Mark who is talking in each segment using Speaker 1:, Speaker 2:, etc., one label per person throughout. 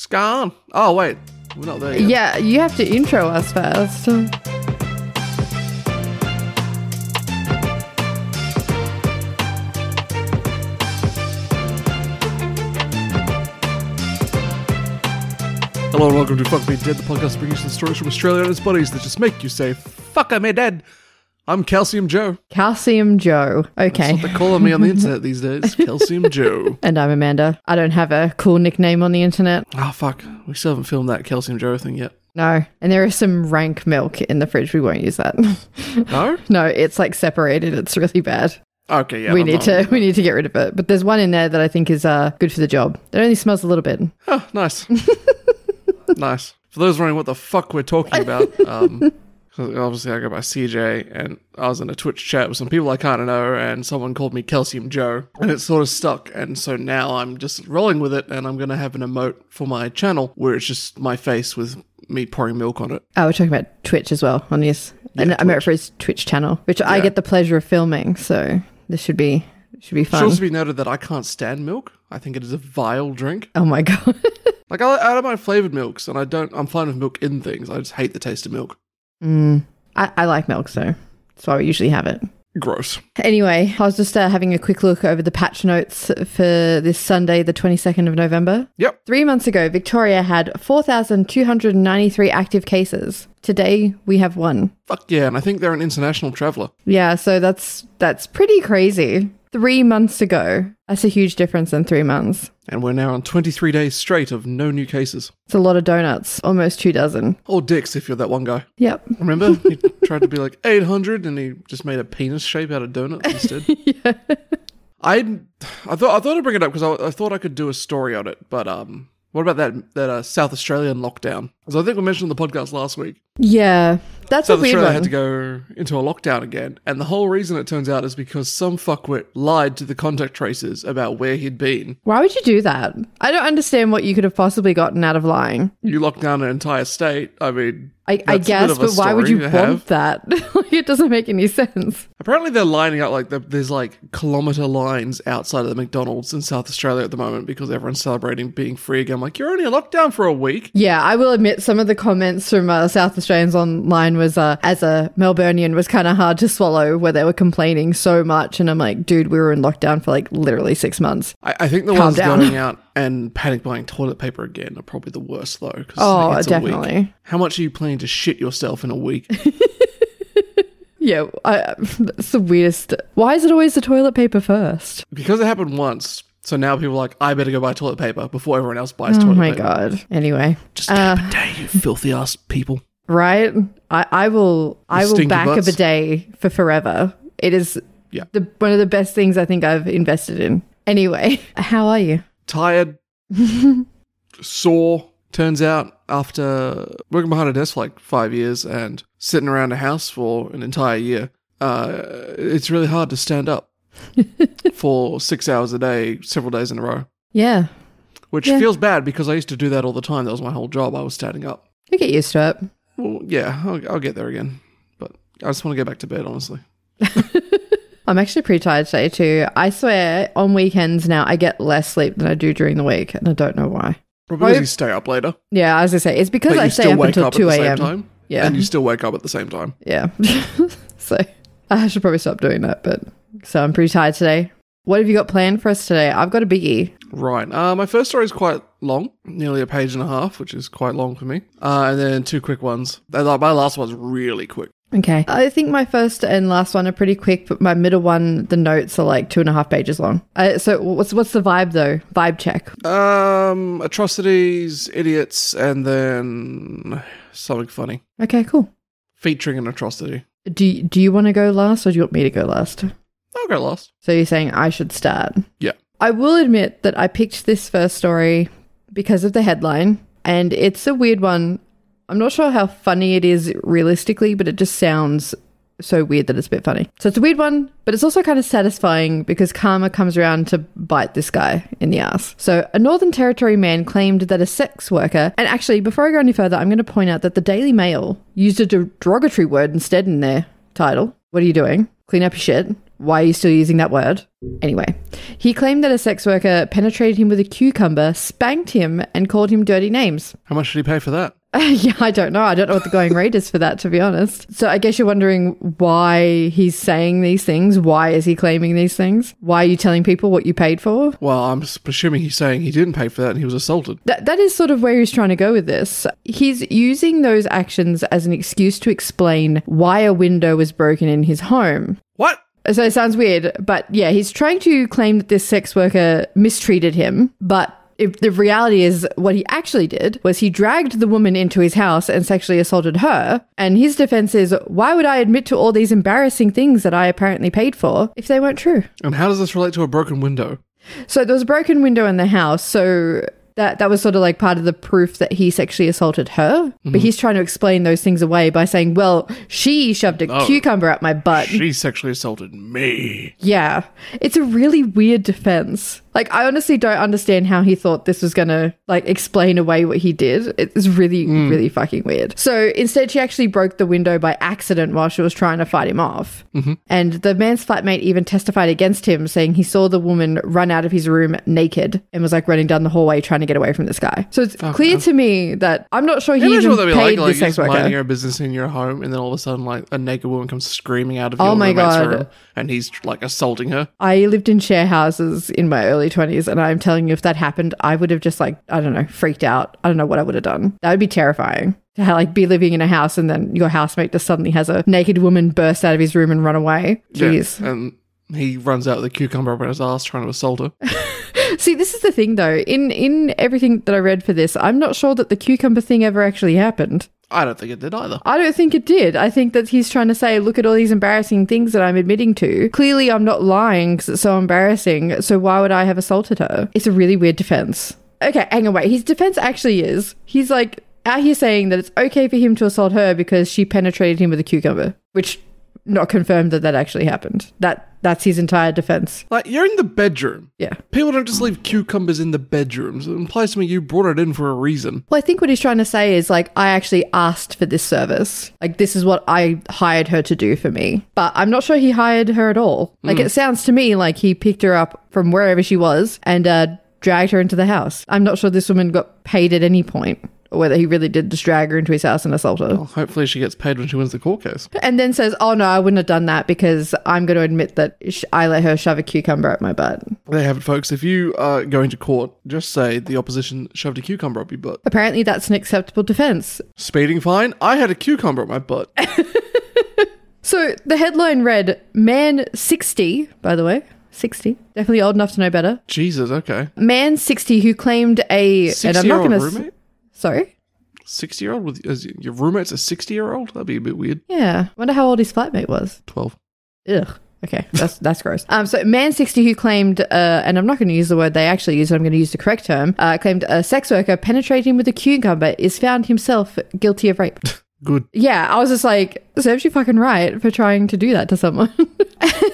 Speaker 1: Scan. Oh wait, we're not there yet.
Speaker 2: Yeah, you have to intro us first.
Speaker 1: Hello and welcome to Fuck Me Dead, the podcast bringing you the stories from Australia and its buddies that just make you say "Fuck I'm dead." I'm Calcium Joe.
Speaker 2: Calcium Joe.
Speaker 1: That's
Speaker 2: Okay.
Speaker 1: what they're calling me on the internet these days. Calcium Joe.
Speaker 2: And I'm Amanda. I don't have a cool nickname on the internet.
Speaker 1: Oh fuck, we still haven't filmed that Calcium Joe thing yet.
Speaker 2: No. And there is some rank milk in the fridge. We won't use that.
Speaker 1: No.
Speaker 2: no, it's like separated. It's really bad.
Speaker 1: Okay, yeah.
Speaker 2: we
Speaker 1: I'm
Speaker 2: need
Speaker 1: not-
Speaker 2: to we need to get rid of it. But there's one in there that I think is uh, good for the job. It only smells a little bit.
Speaker 1: Oh, nice. nice. For those wondering what the fuck we're talking about, um, 'cause obviously I go by CJ, and I was in a Twitch chat with some people I kind of know, and someone called me Calcium Joe, and it sort of stuck. And so now I'm just rolling with it, and I'm going to have an emote for my channel where it's just my face with me pouring milk on it.
Speaker 2: Oh, we're talking about Twitch as well on this. and I'm out for his Twitch channel, which I
Speaker 1: Yeah.
Speaker 2: get the pleasure of filming. So this should be should be
Speaker 1: It should
Speaker 2: fun.
Speaker 1: also be noted that I can't stand milk. I think it is a vile drink.
Speaker 2: oh my god.
Speaker 1: Like I, I don't mind flavored milks, and I don't. I'm fine with milk in things. I just hate the taste of milk.
Speaker 2: Mm. I, I like milk, so that's why we usually have it.
Speaker 1: Gross.
Speaker 2: Anyway, I was just uh, having a quick look over the patch notes for this Sunday, the 22nd of November.
Speaker 1: Yep.
Speaker 2: Three months ago, Victoria had 4,293 active cases. Today, we have one.
Speaker 1: Fuck yeah, and I think they're an international traveler.
Speaker 2: Yeah, so that's that's pretty crazy. Three months ago, that's a huge difference in three months.
Speaker 1: And we're now on 23 days straight of no new cases.
Speaker 2: It's a lot of donuts, almost two dozen.
Speaker 1: Or dicks, if you're that one guy.
Speaker 2: Yep.
Speaker 1: Remember? he tried to be like 800 and he just made a penis shape out of donuts instead. I, I, thought, I thought I'd bring it up because I, I thought I could do a story on it, but um, what about that, that uh, South Australian lockdown? Because I think we mentioned on the podcast last week.
Speaker 2: Yeah, that's
Speaker 1: South
Speaker 2: a weird
Speaker 1: Australia
Speaker 2: one.
Speaker 1: had to go into a lockdown again, and the whole reason it turns out is because some fuckwit lied to the contact tracers about where he'd been.
Speaker 2: Why would you do that? I don't understand what you could have possibly gotten out of lying.
Speaker 1: You locked down an entire state. I mean,
Speaker 2: I,
Speaker 1: that's a
Speaker 2: I
Speaker 1: bit
Speaker 2: guess,
Speaker 1: of a
Speaker 2: but why would
Speaker 1: story
Speaker 2: you
Speaker 1: to
Speaker 2: want
Speaker 1: have.
Speaker 2: that? Like, it doesn't make any sense.
Speaker 1: Apparently, they're lining up like the, there's like kilometer lines outside of the McDonald's in South Australia at the moment because everyone's celebrating being free again. I'm like, you're only in lockdown for a week.
Speaker 2: Yeah, I will admit some of the comments from uh, South Australians online was, uh, as a Melburnian, was kind of hard to swallow where they were complaining so much. And I'm like, dude, we were in lockdown for like literally six months.
Speaker 1: I, I think the
Speaker 2: Calm
Speaker 1: ones
Speaker 2: down.
Speaker 1: going out and panic buying toilet paper again are probably the worst though. 'cause
Speaker 2: Oh,
Speaker 1: it's a week.
Speaker 2: definitely.
Speaker 1: How much are you planning to shit yourself in a week?
Speaker 2: Yeah, I, that's the weirdest. Why is it always the toilet paper first?
Speaker 1: because it happened once, so now people are like, I better go buy toilet paper before everyone else buys
Speaker 2: Oh
Speaker 1: toilet
Speaker 2: my
Speaker 1: paper.
Speaker 2: god. Uh. Anyway,
Speaker 1: Just get a bidet, you filthy ass people.
Speaker 2: right? I, I will I will
Speaker 1: stinky
Speaker 2: back
Speaker 1: butts.
Speaker 2: a bidet for forever. It is
Speaker 1: Yeah.
Speaker 2: the one of the best things I think I've invested in. Anyway, how are you?
Speaker 1: tired, sore. Turns out, after working behind a desk for like five years and sitting around a house for an entire year, uh, it's really hard to stand up for six hours a day, several days in a row,
Speaker 2: Yeah.
Speaker 1: which
Speaker 2: Yeah.
Speaker 1: feels bad because I used to do that all the time. That was my whole job. I was standing up.
Speaker 2: You get used to it.
Speaker 1: Well, yeah, I'll, I'll get there again. But I just want to go back to bed, honestly.
Speaker 2: I'm actually pretty tired today too. I swear on weekends now I get less sleep than I do during the week and I don't know why.
Speaker 1: Probably because you stay up later,
Speaker 2: Yeah, as I say, it's because
Speaker 1: but
Speaker 2: I
Speaker 1: you
Speaker 2: stay
Speaker 1: still
Speaker 2: up
Speaker 1: wake
Speaker 2: until
Speaker 1: up at the
Speaker 2: two
Speaker 1: same
Speaker 2: AM.
Speaker 1: time.
Speaker 2: Yeah.
Speaker 1: and you still wake up at the same time.
Speaker 2: Yeah. so I should probably stop doing that, but so I'm pretty tired today. What have you got planned for us today? I've got a biggie.
Speaker 1: Right. Uh, my first story is quite long, nearly a page and a half, which is quite long for me. Uh, and then two quick ones. And, uh, My last one's really quick.
Speaker 2: Okay. I think my first and last one are pretty quick, but my middle one, the notes are like two and a half pages long. Uh, so what's what's the vibe though? Vibe check.
Speaker 1: Um, atrocities, idiots, and then something funny
Speaker 2: Okay, cool.
Speaker 1: featuring an atrocity.
Speaker 2: Do you, do you want to go last, or do you want me to go last?
Speaker 1: I'll go last.
Speaker 2: So you're saying I should start?
Speaker 1: Yeah.
Speaker 2: I will admit that I picked this first story because of the headline, and it's a weird one. I'm not sure how funny it is realistically, but it just sounds so weird that it's a bit funny. So it's a weird one, but it's also kind of satisfying because karma comes around to bite this guy in the ass. So a Northern Territory man claimed that a sex worker, and actually, before I go any further, I'm going to point out that the Daily Mail used a derogatory word instead in their title. What are you doing? Clean up your shit. Why are you still using that word? Anyway, he claimed that a sex worker penetrated him with a cucumber, spanked him, and called him dirty names.
Speaker 1: How much did he pay for that?
Speaker 2: yeah, I don't know. I don't know what the going rate is for that, to be honest. So I guess you're wondering why he's saying these things. Why is he claiming these things? Why are you telling people what you paid for?
Speaker 1: Well, I'm s- presuming he's saying he didn't pay for that and he was assaulted.
Speaker 2: That, that is sort of where he's trying to go with this. He's using those actions as an excuse to explain why a window was broken in his home.
Speaker 1: What?
Speaker 2: So it sounds weird, but yeah, he's trying to claim that this sex worker mistreated him, but if the reality is what he actually did was he dragged the woman into his house and sexually assaulted her. And his defense is, why would I admit to all these embarrassing things that I apparently paid for if they weren't true?
Speaker 1: And how does this relate to a broken window?
Speaker 2: So there was a broken window in the house, so that that was sort of like part of the proof that he sexually assaulted her. But he's trying to explain those things away by saying, "Well, she shoved a cucumber up my butt."
Speaker 1: She sexually assaulted me.
Speaker 2: yeah. It's a really weird defense. Like I honestly don't understand how he thought this was going to like explain away what he did. It's really
Speaker 1: Hmm.
Speaker 2: really fucking weird. So instead she actually broke the window by accident while she was trying to fight him off.
Speaker 1: Mm-hmm.
Speaker 2: And the man's flatmate even testified against him, saying he saw the woman run out of his room naked and was like running down the hallway trying to get away from this guy. So it's clear to me that I'm not sure he
Speaker 1: Imagine
Speaker 2: even
Speaker 1: what that'd be like,
Speaker 2: paid
Speaker 1: like
Speaker 2: the
Speaker 1: just
Speaker 2: sex
Speaker 1: minding
Speaker 2: worker.
Speaker 1: your business in your home, and then all of a sudden, like a naked woman comes screaming out of
Speaker 2: Oh
Speaker 1: your
Speaker 2: my
Speaker 1: roommate's
Speaker 2: God.
Speaker 1: room, and he's like assaulting her.
Speaker 2: I lived in share houses in my early 20s, and I'm telling you, if that happened, I would have just like, I don't know, freaked out. I don't know what I would have done. That would be terrifying to ha- like be living in a house and then your housemate just suddenly has a naked woman burst out of his room and run away.
Speaker 1: Yeah,
Speaker 2: Jeez.
Speaker 1: and he runs out with a cucumber up his ass trying to assault her.
Speaker 2: See, this is the thing though. In in everything that I read for this, I'm not sure that the cucumber thing ever actually happened.
Speaker 1: I don't think it did either.
Speaker 2: I don't think it did. I think that he's trying to say, look at all these embarrassing things that I'm admitting to. Clearly, I'm not lying 'cause it's so embarrassing. So why would I have assaulted her? It's a really weird defense. Okay, hang on, wait. His defense actually is he's like out here saying that it's okay for him to assault her because she penetrated him with a cucumber, which not confirmed that that actually happened. That that's his entire defense.
Speaker 1: Like you're in the bedroom.
Speaker 2: Yeah.
Speaker 1: People don't just leave cucumbers in the bedrooms. It implies to me you brought it in for a reason.
Speaker 2: Well, I think what he's trying to say is like, I actually asked for this service. Like, this is what I hired her to do for me. But I'm not sure he hired her at all. Like, it sounds to me like he picked her up from wherever she was and uh, dragged her into the house. I'm not sure this woman got paid at any point or whether he really did just drag her into his house and assault her.
Speaker 1: Well, hopefully she gets paid when she wins the court case.
Speaker 2: And then says, Oh, no, I wouldn't have done that because I'm going to admit that sh- I let her shove a cucumber up my butt.
Speaker 1: There you have it, folks. If you are going to court, just say the opposition shoved a cucumber up your butt.
Speaker 2: Apparently, that's an acceptable defense.
Speaker 1: Speeding fine. I had a cucumber up my butt.
Speaker 2: So the headline read Man 60, by the way, 60, definitely old enough to know better.
Speaker 1: Jesus. Okay.
Speaker 2: Man 60 who claimed a. and I'm not
Speaker 1: Sixty-year-old
Speaker 2: going to.
Speaker 1: roommate.
Speaker 2: Sorry?
Speaker 1: Sixty-year-old with is your roommate's a sixty-year-old. That'd be a bit weird.
Speaker 2: Yeah. Wonder how old his flatmate was.
Speaker 1: Twelve.
Speaker 2: Ugh. Okay, that's that's gross. Um, so man sixty who claimed, uh, and I'm not going to use the word they actually used. I'm going to use the correct term. Uh, claimed a sex worker penetrating with a cucumber is found himself guilty of rape.
Speaker 1: Good.
Speaker 2: Yeah, I was just like, serves you fucking right for trying to do that to someone. and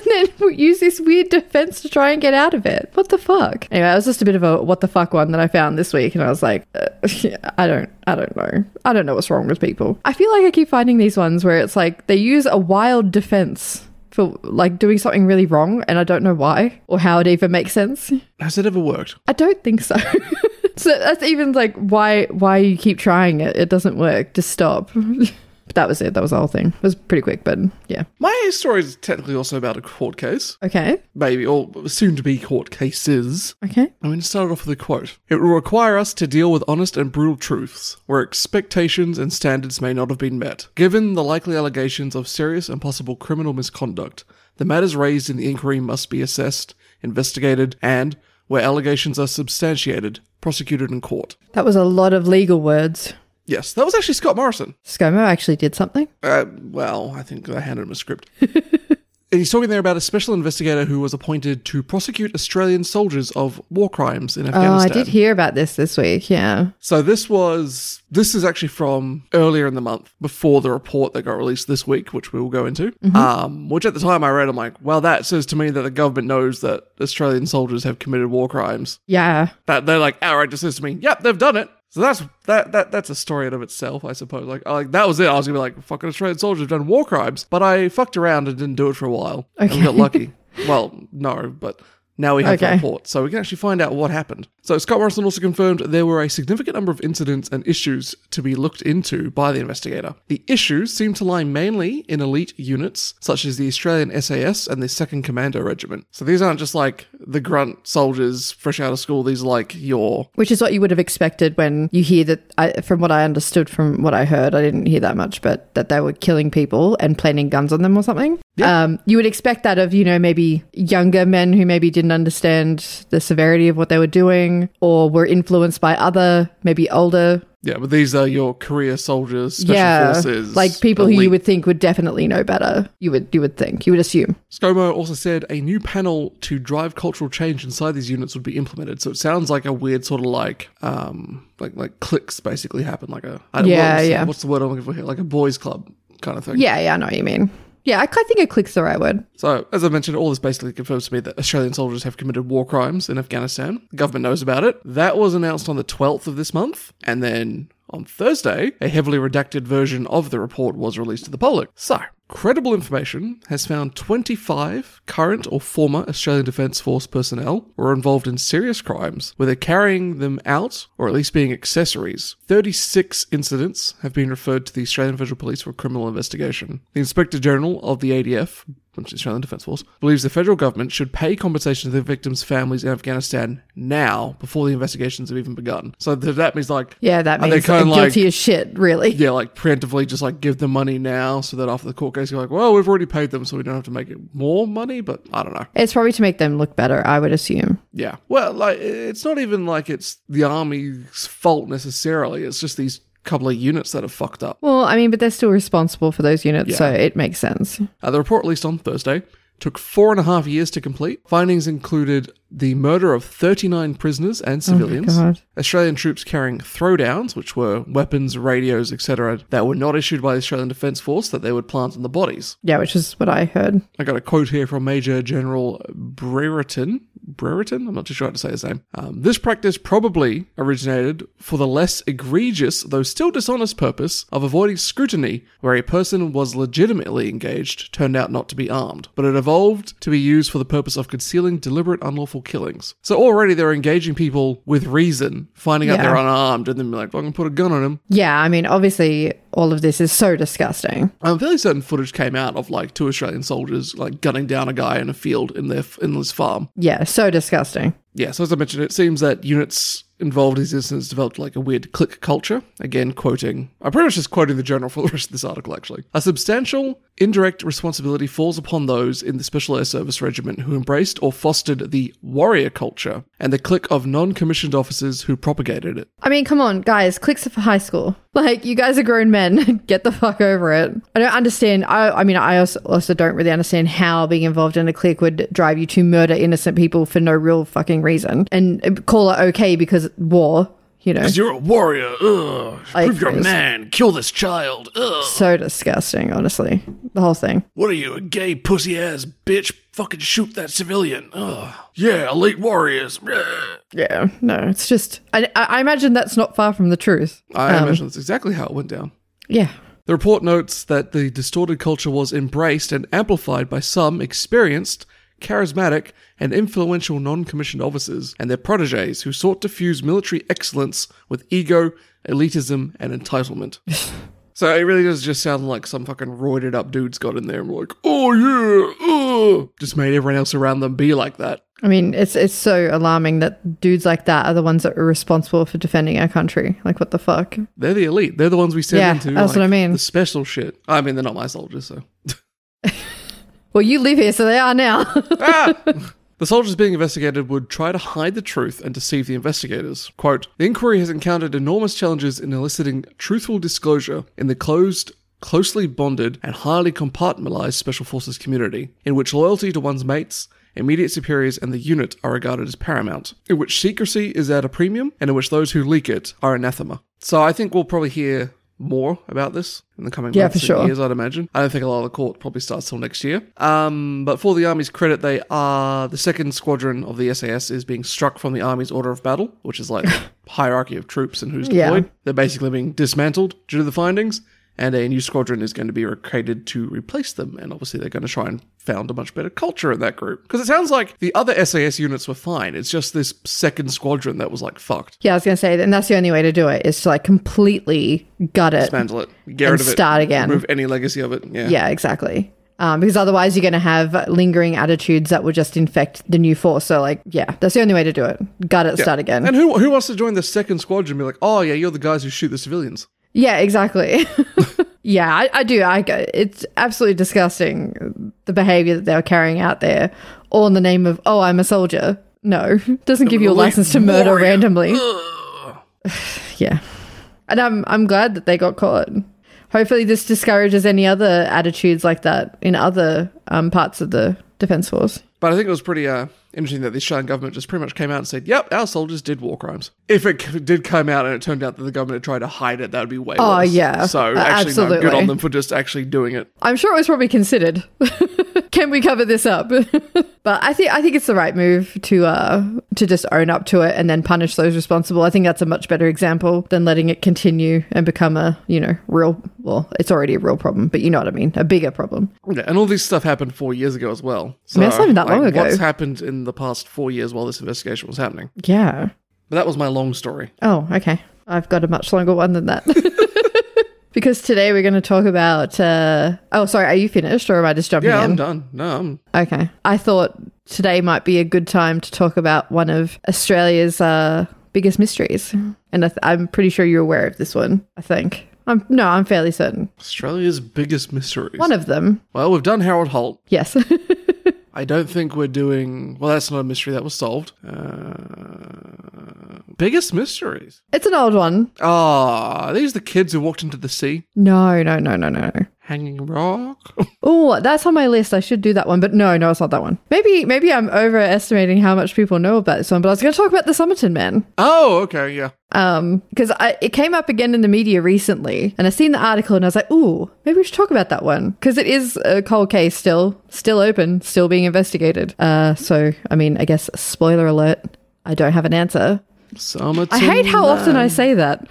Speaker 2: then we use this weird defense to try and get out of it. What the fuck? Anyway, it was just a bit of a what the fuck one that I found this week, and I was like, uh, I don't, I don't know, I don't know what's wrong with people. I feel like I keep finding these ones where it's like they use a wild defense for like doing something really wrong, and I don't know why or how it even makes sense.
Speaker 1: Has it ever worked?
Speaker 2: I don't think so. so that's even like why why you keep trying it. It doesn't work. Just stop. but that was it. That was the whole thing. It was pretty quick, but yeah.
Speaker 1: My story is technically also about a court case,
Speaker 2: Okay.
Speaker 1: maybe or soon to be court cases.
Speaker 2: Okay.
Speaker 1: I'm going to start off with a quote. It will require us to deal with honest and brutal truths, where expectations and standards may not have been met, given the likely allegations of serious and possible criminal misconduct. The matters raised in the inquiry must be assessed, investigated, and, where allegations are substantiated, prosecuted in court.
Speaker 2: That was a lot of legal words.
Speaker 1: Yes, that was actually Scott Morrison.
Speaker 2: ScoMo actually did something.
Speaker 1: Uh, well, I think I handed him a script. And he's talking there about a special investigator who was appointed to prosecute Australian soldiers of war crimes in
Speaker 2: Oh, I
Speaker 1: Afghanistan.
Speaker 2: did hear about this this week. Yeah.
Speaker 1: So this was this is actually from earlier in the month before the report that got released this week, which we will go into.
Speaker 2: Mm-hmm.
Speaker 1: Um, which at the time I read, I'm like, well, that says to me that the government knows that Australian soldiers have committed war crimes.
Speaker 2: Yeah.
Speaker 1: That they're like outright just says to me, yep, they've done it. So that's that that that's a story in of itself, I suppose. Like like that was it. I was gonna be like, fucking Australian soldiers have done war crimes, but I fucked around and didn't do it for a while. and we
Speaker 2: Okay.
Speaker 1: got lucky. well, no, but now we have the
Speaker 2: Okay.
Speaker 1: report, so we can actually find out what happened. So Scott Morrison also confirmed there were a significant number of incidents and issues to be looked into by the investigator. The issues seem to lie mainly in elite units, such as the Australian SAS and the 2nd Commando Regiment. So these aren't just like the grunt soldiers fresh out of school. These are like your
Speaker 2: Which is what you would have expected when you hear that. I, from what I understood, from what I heard, I didn't hear that much, but that they were killing people and planting guns on them or something. Um, you would expect that of, you know, maybe younger men who maybe didn't understand the severity of what they were doing or were influenced by other, maybe older.
Speaker 1: Yeah, but these are your career soldiers, special
Speaker 2: yeah.
Speaker 1: forces,
Speaker 2: like people who you
Speaker 1: elite.
Speaker 2: would think would definitely know better. You would, you would think, you would assume.
Speaker 1: ScoMo also said a new panel to drive cultural change inside these units would be implemented. So it sounds like a weird sort of like, um, like like clicks basically happen, like a I don't-
Speaker 2: Yeah,
Speaker 1: what's,
Speaker 2: yeah.
Speaker 1: What's the word I'm looking for here? Like a boys' club kind of thing.
Speaker 2: Yeah. Yeah. I know what you mean. Yeah. I, I think it clicks the right word.
Speaker 1: So, as I mentioned, all this basically confirms to me that Australian soldiers have committed war crimes in Afghanistan. The government knows about it. That was announced on the 12th of this month. And then on Thursday, a heavily redacted version of the report was released to the public. So, credible information has found 25 current or former Australian Defence Force personnel were involved in serious crimes, whether carrying them out or at least being accessories. 36 incidents have been referred to the Australian Federal Police for criminal investigation. The Inspector General of the ADF which is Australian Defence Force, believes the federal government should pay compensation to the victims' families in Afghanistan now, before the investigations have even begun. So th- that means like,
Speaker 2: Yeah.
Speaker 1: Are
Speaker 2: That
Speaker 1: they
Speaker 2: means they're
Speaker 1: kinda
Speaker 2: guilty
Speaker 1: like-
Speaker 2: as shit, really.
Speaker 1: yeah, like preemptively just like give them money now, so that after the court case, you're like, well, we've already paid them, so we don't have to make it more money. But I don't know.
Speaker 2: It's probably to make them look better, I would assume.
Speaker 1: Yeah, well, like it's not even like it's the army's fault necessarily. It's just these couple of units that have fucked up.
Speaker 2: Well, I mean, but they're still responsible for those units, so it makes sense.
Speaker 1: Uh, the report released on Thursday took four and a half years to complete. Findings included the murder of 39 prisoners and civilians,
Speaker 2: God.
Speaker 1: Australian troops carrying throwdowns, which were weapons, radios, etc., that were not issued by the Australian Defence Force that they would plant on the bodies.
Speaker 2: Yeah, which is what I heard.
Speaker 1: I got a quote here from Major General Brereton. Brereton? I'm not too sure how to say his name. Um, this practice probably originated for the less egregious, though still dishonest purpose of avoiding scrutiny where a person was legitimately engaged turned out not to be armed, but it evolved to be used for the purpose of concealing deliberate unlawful killings. So already they're engaging people with reason, finding out
Speaker 2: Yeah.
Speaker 1: they're unarmed, and then be like, well, I'm going to put a gun on him.
Speaker 2: Yeah, I mean, obviously, all of this is so disgusting.
Speaker 1: I'm Um, fairly certain footage came out of like two Australian soldiers like gunning down a guy in a field in their in this farm.
Speaker 2: Yeah, so disgusting.
Speaker 1: Yeah, so as I mentioned, it seems that units involved in these incidents developed like a weird clique culture. Again, quoting, I'm pretty much just quoting the journal for the rest of this article, actually. A substantial indirect responsibility falls upon those in the Special Air Service Regiment who embraced or fostered the warrior culture and the clique of non commissioned officers who propagated it.
Speaker 2: I mean, come on, guys, clicks are for high school. Like, you guys are grown men. Get the fuck over it. I don't understand. I, I mean, I also, also don't really understand how being involved in a clique would drive you to murder innocent people for no real fucking reason and uh, call it okay because war, you know.
Speaker 1: You're a warrior. Ugh.
Speaker 2: Like,
Speaker 1: Prove you're a
Speaker 2: it's-
Speaker 1: man. Kill this child. Ugh.
Speaker 2: So disgusting, honestly. The whole thing.
Speaker 1: What are you, a gay pussy ass bitch? Fucking shoot that civilian. Ugh. Yeah, elite warriors.
Speaker 2: Yeah, no, it's just. I, I I imagine that's not far from the truth.
Speaker 1: I imagine that's exactly how it went down.
Speaker 2: Yeah.
Speaker 1: The report notes that the distorted culture was embraced and amplified by some experienced, charismatic, and influential non commissioned officers and their proteges who sought to fuse military excellence with ego, elitism, and entitlement. so it really does just sound like some fucking roided up dudes got in there and were like, oh yeah, uh," just made everyone else around them be like that.
Speaker 2: I mean, it's it's so alarming that dudes like that are the ones that are responsible for defending our country. Like, what the fuck?
Speaker 1: They're the elite. They're the ones we send
Speaker 2: Yeah,
Speaker 1: into.
Speaker 2: that's what I mean.
Speaker 1: The special shit. I mean, they're not my soldiers, so.
Speaker 2: Well, you live here, so they are now.
Speaker 1: Ah! The soldiers being investigated would try to hide the truth and deceive the investigators. Quote The inquiry has encountered enormous challenges in eliciting truthful disclosure in the closed, closely bonded, and highly compartmentalized Special Forces community, in which loyalty to one's mates, immediate superiors, and the unit are regarded as paramount, in which secrecy is at a premium, and in which those who leak it are anathema. So I think we'll probably hear more about this in the coming
Speaker 2: Yeah,
Speaker 1: months
Speaker 2: for
Speaker 1: and
Speaker 2: sure.
Speaker 1: years, I'd imagine. I don't think a lot of the court probably starts till next year. Um, but for the Army's credit, they are the second squadron of the SAS is being struck from the Army's order of battle, which is like the hierarchy of troops and who's
Speaker 2: Yeah.
Speaker 1: deployed. They're basically being dismantled due to the findings, and a new squadron is going to be recruited to replace them. And obviously, they're going to try and found a much better culture in that group. Because it sounds like the other SAS units were fine. It's just this second squadron that was like fucked.
Speaker 2: Yeah, I was going to say, and that's the only way to do it is to like completely gut it.
Speaker 1: Dismantle it, get rid of it,
Speaker 2: start again.
Speaker 1: remove any legacy of it. Yeah.
Speaker 2: Yeah, exactly. Um, because otherwise, you're going to have lingering attitudes that will just infect the new force. So, like, yeah, that's the only way to do it. Gut it, start again.
Speaker 1: And who who wants to join the second squadron? and Be like, oh yeah, you're the guys who shoot the civilians.
Speaker 2: Yeah, exactly. yeah, I, I do. I, it's absolutely disgusting the behavior that they were carrying out there, all in the name of, oh, I'm a soldier. No, doesn't give you a
Speaker 1: elite
Speaker 2: license to murder
Speaker 1: warrior.
Speaker 2: randomly. yeah. And I'm, I'm glad that they got caught. Hopefully, this discourages any other attitudes like that in other um, parts of the Defense Force.
Speaker 1: But I think it was pretty uh, interesting that the Australian government just pretty much came out and said, "Yep, our soldiers did war crimes." If it c- did come out and it turned out that the government had tried to hide it, that would be way
Speaker 2: Oh,
Speaker 1: worse.
Speaker 2: yeah.
Speaker 1: So
Speaker 2: Uh,
Speaker 1: actually, no, good
Speaker 2: absolutely.
Speaker 1: on them for just actually doing it.
Speaker 2: I'm sure it was probably considered. Can we cover this up? but I think I think it's the right move to uh, to just own up to it and then punish those responsible. I think that's a much better example than letting it continue and become a you know real. Well, it's already a real problem, but you know what I mean, a bigger problem.
Speaker 1: Yeah, and all this stuff happened four years ago as well. So
Speaker 2: that's not even that long ago.
Speaker 1: What's happened in the past four years while this investigation was happening?
Speaker 2: Yeah.
Speaker 1: But that was my long story.
Speaker 2: Oh, okay. I've got a much longer one than that. because today we're going to talk about. Uh, oh, sorry. Are you finished, or am I just jumping
Speaker 1: Yeah,
Speaker 2: in?
Speaker 1: I'm done. No, I'm
Speaker 2: Okay. I thought today might be a good time to talk about one of Australia's uh, biggest mysteries. And I th- I'm pretty sure you're aware of this one, I think. I'm, no, I'm fairly certain.
Speaker 1: Australia's biggest mysteries.
Speaker 2: One of them.
Speaker 1: well, we've done Harold Holt.
Speaker 2: Yes.
Speaker 1: I don't think we're doing. Well, that's not a mystery that was solved. Uh, biggest mysteries.
Speaker 2: it's an old one.
Speaker 1: Ah, these the kids who walked into the sea,
Speaker 2: No, no, no, no, no.
Speaker 1: Hanging Rock.
Speaker 2: Oh, that's on my list. I should do that one, but no, no, it's not that one. Maybe maybe I'm overestimating how much people know about this one, but I was going to talk about the Somerton Man.
Speaker 1: oh, okay, yeah.
Speaker 2: um because i it came up again in the media recently and i seen the article and i was like ooh maybe we should talk about that one because it is a cold case still still open still being investigated uh so i mean i guess spoiler alert i don't have an answer
Speaker 1: Summertime.
Speaker 2: i hate how often i say that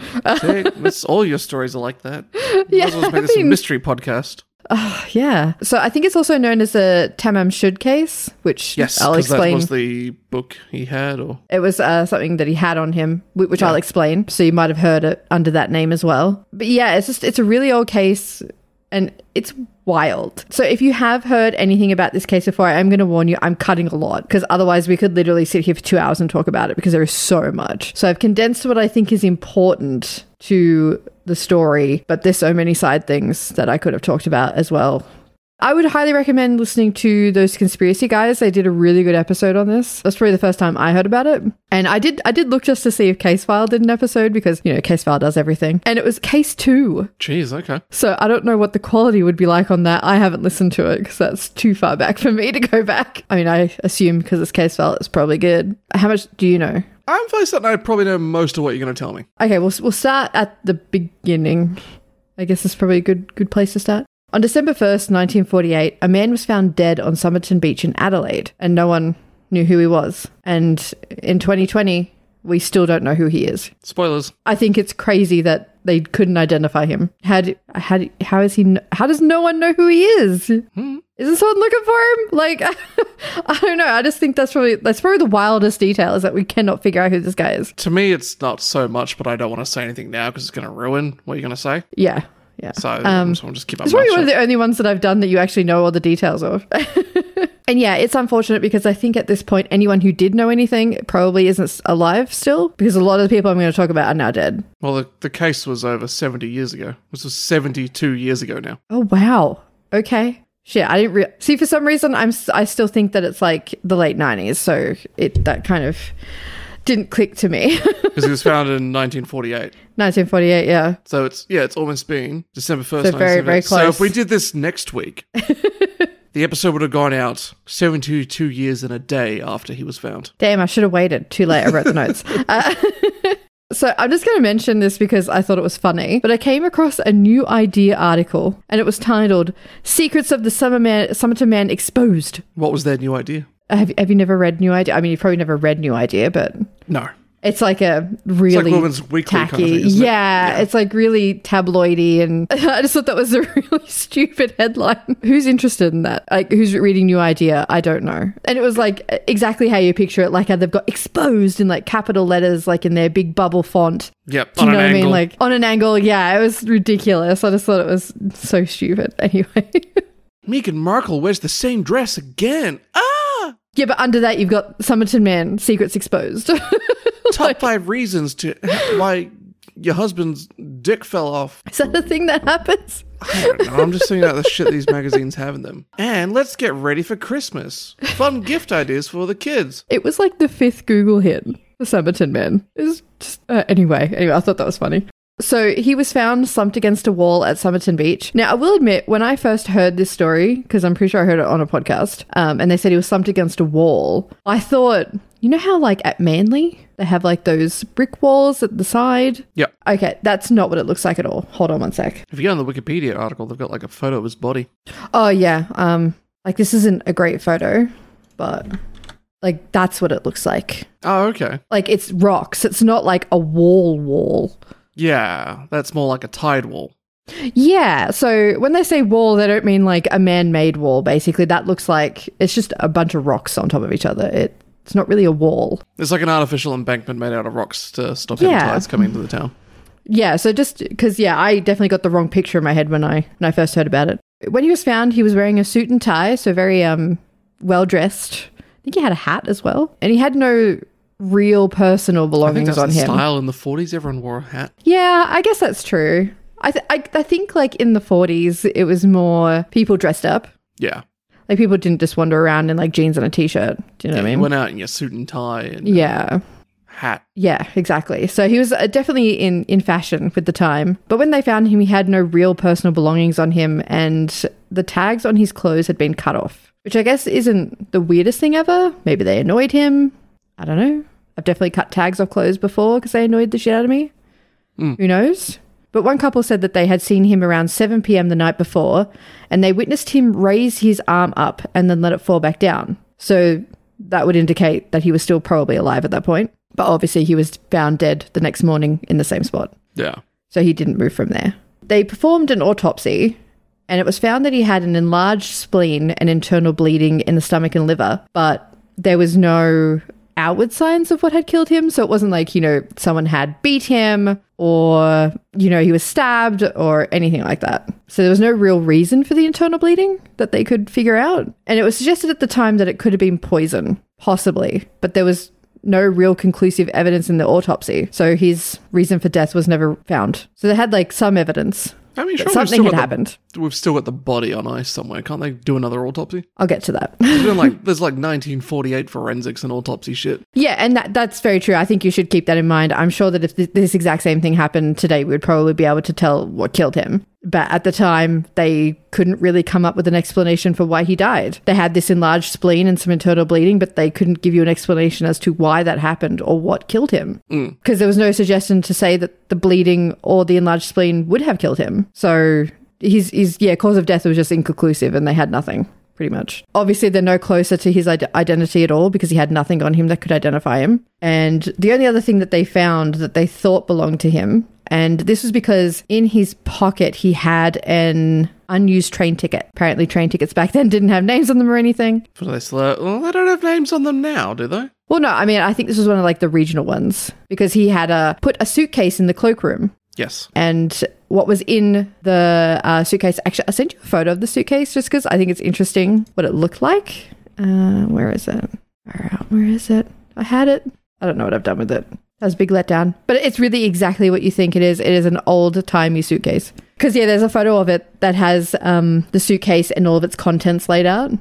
Speaker 1: That's all your stories are like that. Yeah, well just make this a mystery podcast.
Speaker 2: yeah so i think it's also known as the tamam shud case which
Speaker 1: Yes,
Speaker 2: i'll
Speaker 1: 'cause that
Speaker 2: explain
Speaker 1: was the book he had, or
Speaker 2: It was uh, something that he had on him, whi- which I'll explain. So you might have heard it under that name as well. But yeah, it's just it's a really old case, and it's wild. So if you have heard anything about this case before, I'm going to warn you. I'm cutting a lot because otherwise we could literally sit here for two hours and talk about it because there is so much. So I've condensed what I think is important to the story, but there's so many side things that I could have talked about as well. I would highly recommend listening to those conspiracy guys. They did a really good episode on this. That's probably the first time I heard about it. And I did I did look just to see if Casefile did an episode because, you know, Casefile does everything. And it was case 2.
Speaker 1: jeez, okay.
Speaker 2: So I don't know what the quality would be like on that. I haven't listened to it because that's too far back for me to go back. I mean, I assume because it's Casefile, it's probably good. How much do you know?
Speaker 1: I'm fairly certain I probably know most of what you're going to tell me.
Speaker 2: Okay, we'll, we'll start at the beginning. I guess it's probably a good, good place to start. On December 1st, 1948, a man was found dead on Somerton Beach in Adelaide, and no one knew who he was. And in 2020, we still don't know who he is.
Speaker 1: Spoilers.
Speaker 2: I think it's crazy that they couldn't identify him. How, do, how, do- how is he? kn- How does no one know who he is? Isn't someone looking for him? Like, I don't know. I just think that's probably that's probably the wildest detail is that we cannot figure out who this guy is.
Speaker 1: To me, it's not so much, but I don't want to say anything now because it's going to ruin what you're going to say.
Speaker 2: Yeah, yeah.
Speaker 1: So,
Speaker 2: Um,
Speaker 1: so I'll just keep up.
Speaker 2: It's probably one of the only ones that I've done that you actually know all the details of. and yeah, it's unfortunate because I think at this point, anyone who did know anything probably isn't s- alive still because a lot of the people I'm going to talk about are now dead.
Speaker 1: Well, the, the case was over 70 years ago. This was 72 years ago now.
Speaker 2: Oh, wow. Okay. Shit, I didn't re- see. For some reason, I'm s- I still think that it's like the late '90s, so it that kind of didn't click to me.
Speaker 1: Because it was founded in 1948.
Speaker 2: 1948, yeah.
Speaker 1: So it's, yeah, it's almost been December 1st.
Speaker 2: So very,
Speaker 1: 1978.
Speaker 2: very
Speaker 1: So
Speaker 2: close.
Speaker 1: if we did this next week, the episode would have gone out 72 years and a day after he was found.
Speaker 2: Damn, I should have waited. Too late. I wrote the notes. Uh, So I'm just going to mention this because I thought it was funny, but I came across a new idea article and it was titled "Secrets of the Summer Man, Summerton Man Exposed."
Speaker 1: What was their new idea?
Speaker 2: Have Have you never read New Idea? I mean, you've probably never read New Idea, but
Speaker 1: No.
Speaker 2: it's like a really
Speaker 1: Women's Weekly kind of
Speaker 2: tacky.
Speaker 1: thing, isn't it?
Speaker 2: yeah, it's like really tabloidy, and I just thought that was a really stupid headline. Who's interested in that? Like, who's reading New Idea? I don't know. And it was like exactly how you picture it, like how they've got exposed in like capital letters, like in their big bubble font.
Speaker 1: Yep.
Speaker 2: Do you
Speaker 1: on
Speaker 2: know
Speaker 1: an
Speaker 2: what I
Speaker 1: angle.
Speaker 2: mean? Like on an angle. Yeah, it was ridiculous. I just thought it was so stupid. Anyway.
Speaker 1: Meek and Markle wears the same dress again. Ah!
Speaker 2: Yeah, but under that you've got Summerton Man secrets exposed.
Speaker 1: Top five reasons to why your husband's dick fell off.
Speaker 2: Is that a thing that happens?
Speaker 1: I don't know. I'm just thinking about the shit these magazines have in them. And let's get ready for Christmas. Fun gift ideas for the kids.
Speaker 2: It was like the fifth Google hit, the Samaritan Man. It was just, uh, anyway, anyway, I thought that was funny. So he was found slumped against a wall at Somerton Beach. Now, I will admit, when I first heard this story, because I'm pretty sure I heard it on a podcast, um, and they said he was slumped against a wall, I thought, you know how, like, at Manly, they have, like, those brick walls at the side?
Speaker 1: Yep.
Speaker 2: Okay, that's not what it looks like at all. Hold on one sec.
Speaker 1: If you go on the Wikipedia article, they've got like a photo of his body.
Speaker 2: Oh yeah. Um like this isn't a great photo, but like that's what it looks like.
Speaker 1: Oh, okay.
Speaker 2: Like it's rocks. It's not like a wall wall.
Speaker 1: Yeah, that's more like a tide wall.
Speaker 2: Yeah, so when they say wall, they don't mean like a man-made wall basically. That looks like it's just a bunch of rocks on top of each other. It it's not really a wall.
Speaker 1: It's like an artificial embankment made out of rocks to stop any
Speaker 2: Yeah.
Speaker 1: tides coming into the town.
Speaker 2: Yeah, so just because, yeah, I definitely got the wrong picture in my head when I when I first heard about it. When he was found, he was wearing a suit and tie, so very um well dressed. I think he had a hat as well, and he had no real personal
Speaker 1: I think
Speaker 2: belongings
Speaker 1: that's
Speaker 2: on
Speaker 1: the
Speaker 2: him.
Speaker 1: style in the 40s. Everyone wore a hat.
Speaker 2: Yeah, I guess that's true. I, th- I I think like in the forties, it was more people dressed up.
Speaker 1: Yeah.
Speaker 2: Like people didn't just wander around in like jeans and a t-shirt. Do you know what I
Speaker 1: You
Speaker 2: mean?
Speaker 1: went out in your suit and tie and
Speaker 2: Yeah.
Speaker 1: hat.
Speaker 2: Yeah, exactly. So he was uh, definitely in in fashion with the time. But when they found him, he had no real personal belongings on him, and the tags on his clothes had been cut off, which I guess isn't the weirdest thing ever. Maybe they annoyed him. I don't know. I've definitely cut tags off clothes before because they annoyed the shit out of me. Who knows? But one couple said that they had seen him around 7 p.m. the night before, and they witnessed him raise his arm up and then let it fall back down. So that would indicate that he was still probably alive at that point. But obviously, he was found dead the next morning in the same spot.
Speaker 1: Yeah.
Speaker 2: So he didn't move from there. They performed an autopsy, and it was found that he had an enlarged spleen and internal bleeding in the stomach and liver, but there was no outward signs of what had killed him. So it wasn't like, you know, someone had beat him or, you know, he was stabbed or anything like that. So there was no real reason for the internal bleeding that they could figure out. And it was suggested at the time that it could have been poison, possibly, but there was no real conclusive evidence in the autopsy. So his reason for death was never found. So they had like some evidence
Speaker 1: I mean, sure,
Speaker 2: that
Speaker 1: we've
Speaker 2: something
Speaker 1: still
Speaker 2: had
Speaker 1: got the-
Speaker 2: happened.
Speaker 1: We've still got the body on ice somewhere. Can't they do another autopsy?
Speaker 2: I'll get to that.
Speaker 1: There's been, like there's like 1948 forensics and autopsy shit.
Speaker 2: yeah, and that that's very true. I think you should keep that in mind. I'm sure that if th- this exact same thing happened today, we would probably be able to tell what killed him. But at the time, they couldn't really come up with an explanation for why he died. They had this enlarged spleen and some internal bleeding, but they couldn't give you an explanation as to why that happened or what killed him. because there was no suggestion to say that the bleeding or the enlarged spleen would have killed him. So his his yeah cause of death was just inconclusive, and they had nothing pretty much. Obviously, they're no closer to his ide- identity at all because he had nothing on him that could identify him. And the only other thing that they found that they thought belonged to him, and this was because in his pocket he had an unused train ticket. Apparently, train tickets back then didn't have names on them or anything.
Speaker 1: But they still, well, they don't have names on them now, do they?
Speaker 2: Well, no, I mean, I think this was one of like the regional ones because he had a put a suitcase in the cloakroom
Speaker 1: Yes.
Speaker 2: and what was in the uh, suitcase. Actually, I sent you a photo of the suitcase just because I think it's interesting what it looked like. Uh, where is it? All right, where is it? I had it. I don't know what I've done with it. That was a big letdown. But it's really exactly what you think it is. It is an old timey suitcase. Because, yeah, there's a photo of it that has um, the suitcase and all of its contents laid out.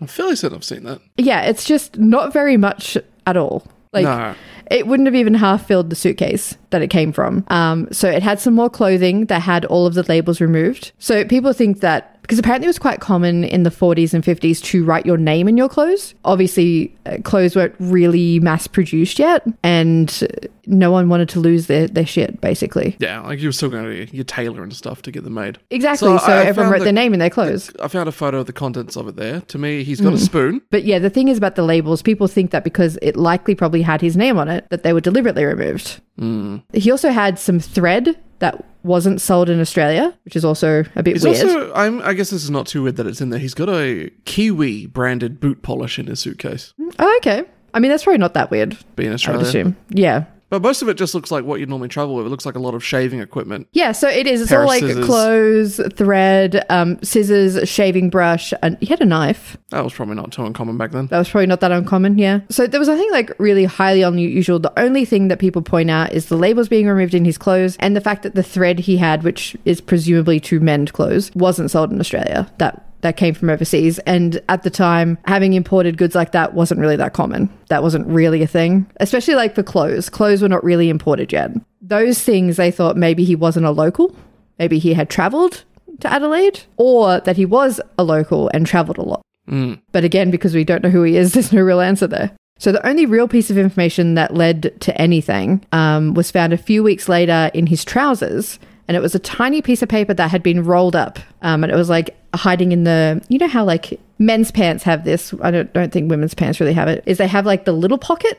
Speaker 1: I fairly certain I've seen that.
Speaker 2: Yeah, it's just not very much at all. Like,
Speaker 1: no.
Speaker 2: it wouldn't have even half filled the suitcase. that it came from. Um, so it had some more clothing that had all of the labels removed. So people think that because apparently it was quite common in the 40s and 50s to write your name in your clothes. Obviously, uh, clothes weren't really mass produced yet, and no one wanted to lose their, their shit, basically.
Speaker 1: Yeah, like you were still going to your tailor and stuff to get them made.
Speaker 2: Exactly.
Speaker 1: So
Speaker 2: So,
Speaker 1: I- I found
Speaker 2: everyone wrote
Speaker 1: the-
Speaker 2: their name in their clothes.
Speaker 1: I found a photo of the contents of it there. To me, he's
Speaker 2: Hmm.
Speaker 1: got a spoon.
Speaker 2: But yeah, the thing is about the labels, people think that because it likely probably had his name on it, that they were deliberately removed.
Speaker 1: Hmm.
Speaker 2: He also had some thread that wasn't sold in Australia, which is also a bit
Speaker 1: He's
Speaker 2: weird.
Speaker 1: also, I'm, I guess this is not too weird that it's in there. He's got a Kiwi branded boot polish in his suitcase.
Speaker 2: oh, okay. I mean, that's probably not that weird,
Speaker 1: Being
Speaker 2: I would
Speaker 1: Australia.
Speaker 2: assume. Yeah.
Speaker 1: But most of it just looks like what you'd normally travel with. It looks like a lot of shaving equipment.
Speaker 2: Yeah, so it is. It's
Speaker 1: Pair
Speaker 2: all
Speaker 1: of
Speaker 2: like
Speaker 1: scissors.
Speaker 2: clothes, thread, um, scissors, shaving brush, and he had a knife.
Speaker 1: That was probably not too uncommon back then.
Speaker 2: That was probably not that uncommon, yeah. So there was nothing like really highly unusual. The only thing that people point out is the labels being removed in his clothes and the fact that the thread he had, which is presumably to mend clothes, wasn't sold in Australia. That that came from overseas and at the time having imported goods like that wasn't really that common. That wasn't really a thing, especially like for clothes. Clothes were not really imported yet. Those things they thought maybe he wasn't a local, maybe he had traveled to Adelaide or that he was a local and traveled a lot. But again, because we don't know who he is, there's no real answer there. So the only real piece of information that led to anything um, was found a few weeks later in his trousers, and it was a tiny piece of paper that had been rolled up, um, and it was like hiding in the. You know how like men's pants have this. I don't don't think women's pants really have it. Is they have like the little pocket.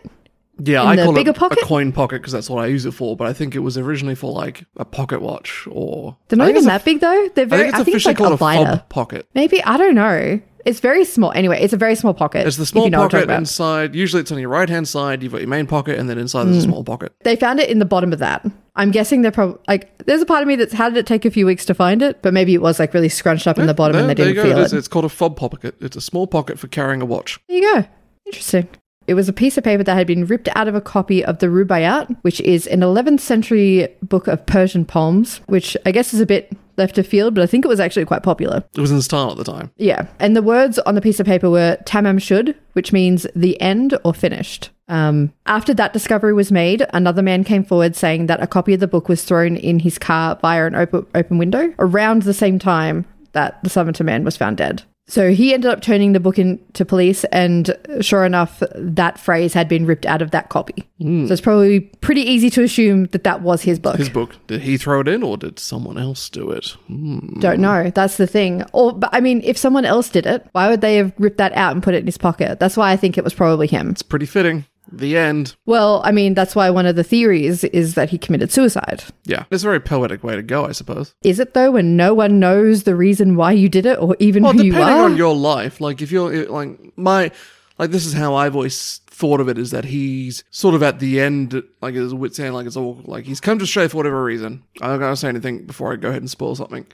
Speaker 1: Yeah,
Speaker 2: In
Speaker 1: I
Speaker 2: the
Speaker 1: call
Speaker 2: bigger
Speaker 1: it
Speaker 2: pocket?
Speaker 1: a coin pocket because that's what I use it for. But I think it was originally for like a pocket watch or.
Speaker 2: They're not
Speaker 1: I think
Speaker 2: even
Speaker 1: it's a-
Speaker 2: that big though. They're
Speaker 1: I
Speaker 2: very.
Speaker 1: think it's officially
Speaker 2: like a
Speaker 1: called a
Speaker 2: lighter.
Speaker 1: fob pocket.
Speaker 2: Maybe I don't know. It's very small. Anyway, it's a very small pocket.
Speaker 1: It's the
Speaker 2: if
Speaker 1: small
Speaker 2: you know what I'm talking
Speaker 1: pocket
Speaker 2: about.
Speaker 1: inside. Usually it's on your right hand side. You've got your main pocket, and then inside there's a
Speaker 2: Hmm.
Speaker 1: small pocket.
Speaker 2: They found it in the bottom of that. I'm guessing they're probably like. There's a part of me that's how did it take a few weeks to find it, but maybe it was like really scrunched up in the bottom
Speaker 1: There-
Speaker 2: and they
Speaker 1: there
Speaker 2: didn't
Speaker 1: you go.
Speaker 2: feel
Speaker 1: It is-
Speaker 2: it.
Speaker 1: It's called a fob pocket. It's a small pocket for carrying a watch.
Speaker 2: There you go. Interesting. It was a piece of paper that had been ripped out of a copy of the Rubaiyat, which is an 11th century book of Persian poems, which I guess is a bit left of field, but I think it was actually quite popular.
Speaker 1: It was in style at the time.
Speaker 2: Yeah. And the words on the piece of paper were tamam shud, which means the end or finished. Um, after that discovery was made, another man came forward saying that a copy of the book was thrown in his car via an open, open window around the same time that the Summerton man was found dead. So he ended up turning the book in to police, and sure enough, that phrase had been ripped out of that copy. So it's probably pretty easy to assume that that was his book.
Speaker 1: His book. Did he throw it in, or did someone else do it? Hmm.
Speaker 2: Don't know. That's the thing. Or, but I mean, if someone else did it, why would they have ripped that out and put it in his pocket? That's why I think it was probably him.
Speaker 1: It's pretty fitting. The end.
Speaker 2: Well, I mean, that's why one of the theories is that he committed suicide.
Speaker 1: Yeah, it's a very poetic way to go, I suppose.
Speaker 2: Is it though, when no one knows the reason why you did it or even
Speaker 1: Well,
Speaker 2: who you
Speaker 1: depending
Speaker 2: are?
Speaker 1: on your life, like if you're it- like my, like this is how I've always thought of it is that he's sort of at the end, like his wits end, like it's all like he's come to stray for whatever reason. I'm not gonna say anything before I go ahead and spoil something.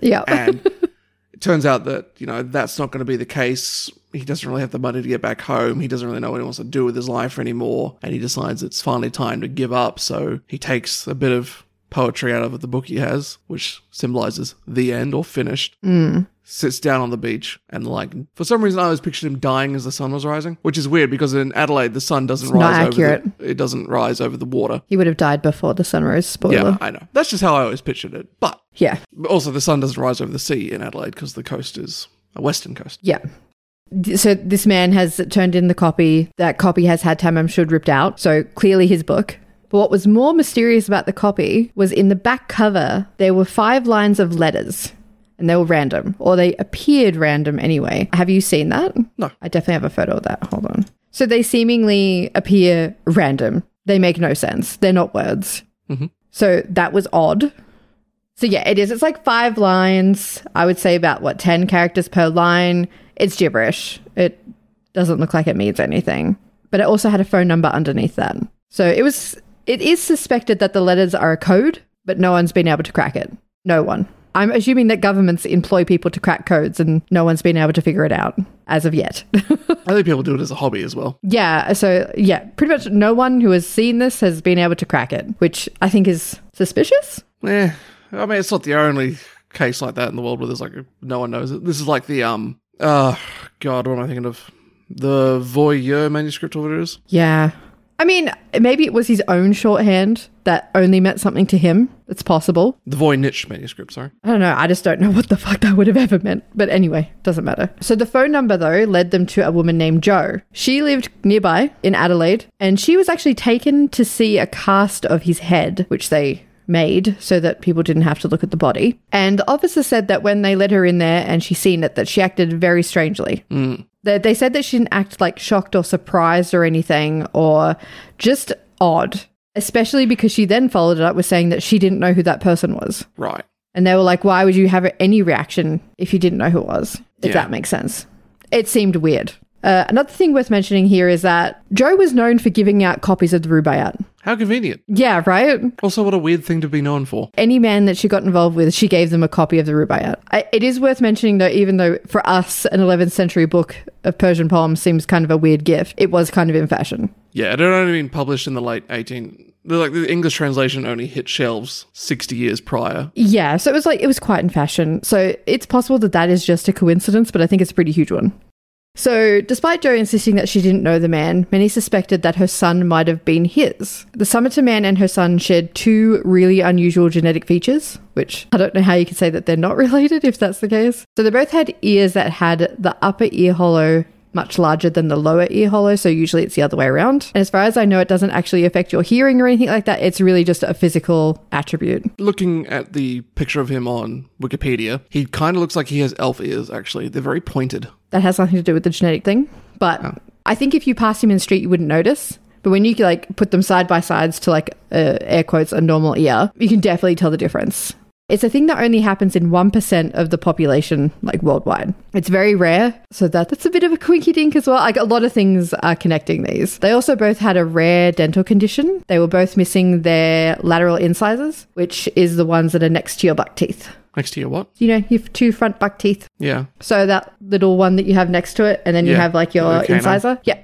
Speaker 2: yeah.
Speaker 1: And it turns out that, you know, that's not going to be the case. He doesn't really have the money to get back home. He doesn't really know what he wants to do with his life anymore. And he decides it's finally time to give up. So he takes a bit of poetry out of the book he has, which symbolizes the end or finished.
Speaker 2: Hmm.
Speaker 1: Sits down on the beach and, like, for some reason, I always pictured him dying as the sun was rising, which is weird because in Adelaide, the sun doesn't
Speaker 2: not
Speaker 1: rise over
Speaker 2: accurate.
Speaker 1: the, it doesn't rise over the water.
Speaker 2: he would have died before the sunrise.
Speaker 1: Yeah,
Speaker 2: Spoiler.
Speaker 1: I know. That's just how I always pictured it. But
Speaker 2: Yeah.
Speaker 1: but also, the sun doesn't rise over the sea in Adelaide because the coast is a western coast.
Speaker 2: Yeah. D- So this man has turned in the copy. That copy has had Tamam Shud ripped out. So clearly his book. But what was more mysterious about the copy was in the back cover, there were five lines of letters and they were random or they appeared random anyway. Have you seen that?
Speaker 1: No.
Speaker 2: I definitely have a photo of that. Hold on. So they seemingly appear random. They make no sense. They're not words.
Speaker 1: Mhm.
Speaker 2: So that was odd. So yeah, it is. It's like five lines. I would say about what ten characters per line. It's gibberish. It doesn't look like it means anything. But it also had a phone number underneath that. So it was. It is suspected that the letters are a code, but no one's been able to crack it. No one. I'm assuming that governments employ people to crack codes, and no one's been able to figure it out as of yet.
Speaker 1: I think people do it as a hobby as well.
Speaker 2: Yeah, so yeah, pretty much no one who has seen this has been able to crack it, which I think is suspicious.
Speaker 1: Yeah, I mean, it's not the only case like that in the world where there's like no one knows it. This is like the um, uh, God, what am I thinking of? The Voyeur manuscript or whatever it is.
Speaker 2: Yeah. I mean, maybe it was his own shorthand that only meant something to him. It's possible.
Speaker 1: The Voynich manuscript, sorry.
Speaker 2: I don't know. I just don't know what the fuck that would have ever meant. But anyway, doesn't matter. So the phone number, though, led them to a woman named Joe. She lived nearby in Adelaide, and she was actually taken to see a cast of his head, which they made so that people didn't have to look at the body. And the officer said that when they let her in there and she seen it, that she acted very strangely. They, they said that she didn't act like shocked or surprised or anything or just odd, especially because she then followed it up with saying that she didn't know who that person was.
Speaker 1: Right.
Speaker 2: And they were like, why would you have any reaction if you didn't know who it was? If
Speaker 1: Yeah.
Speaker 2: that makes sense. It seemed weird. Uh, another thing worth mentioning here is that Joe was known for giving out copies of the Rubaiyat.
Speaker 1: How convenient.
Speaker 2: Yeah, right?
Speaker 1: Also, what a weird thing to be known for.
Speaker 2: Any man that she got involved with, she gave them a copy of the Rubaiyat. I, it is worth mentioning, though, even though for us, an 11th century book of Persian poems seems kind of a weird gift, it was kind of in fashion.
Speaker 1: Yeah, it had only been published in the late 18... the- Like, the English translation only hit shelves 60 years prior.
Speaker 2: Yeah, so it was like it was quite in fashion. So it's possible that that is just a coincidence, but I think it's a pretty huge one. So, despite Joe insisting that she didn't know the man, many suspected that her son might have been his. The Summerton man and her son shared two really unusual genetic features, which I don't know how you could say that they're not related if that's the case. So, they both had ears that had the upper ear hollow much larger than the lower ear hollow, so usually it's the other way around. And as far as I know, it doesn't actually affect your hearing or anything like that. It's really just a physical attribute.
Speaker 1: Looking at the picture of him on Wikipedia, he kind of looks like he has elf ears, actually. They're very pointed.
Speaker 2: that has nothing to do with the genetic thing. But I think if you passed him in the street, you wouldn't notice. But when you like put them side by sides to like uh, air quotes a normal ear, you can definitely tell the difference. It's a thing that only happens in one percent of the population, like worldwide. It's very rare, so that that's a bit of a quinky dink as well. Like a lot of things are connecting these. They also both had a rare dental condition. They were both missing their lateral incisors, which is the ones that are next to your buck teeth.
Speaker 1: Next to your what?
Speaker 2: You know, your two front buck teeth.
Speaker 1: Yeah.
Speaker 2: So that little one that you have next to it, and then you
Speaker 1: Yeah,
Speaker 2: have like
Speaker 1: the
Speaker 2: your
Speaker 1: canine.
Speaker 2: incisor. Yeah.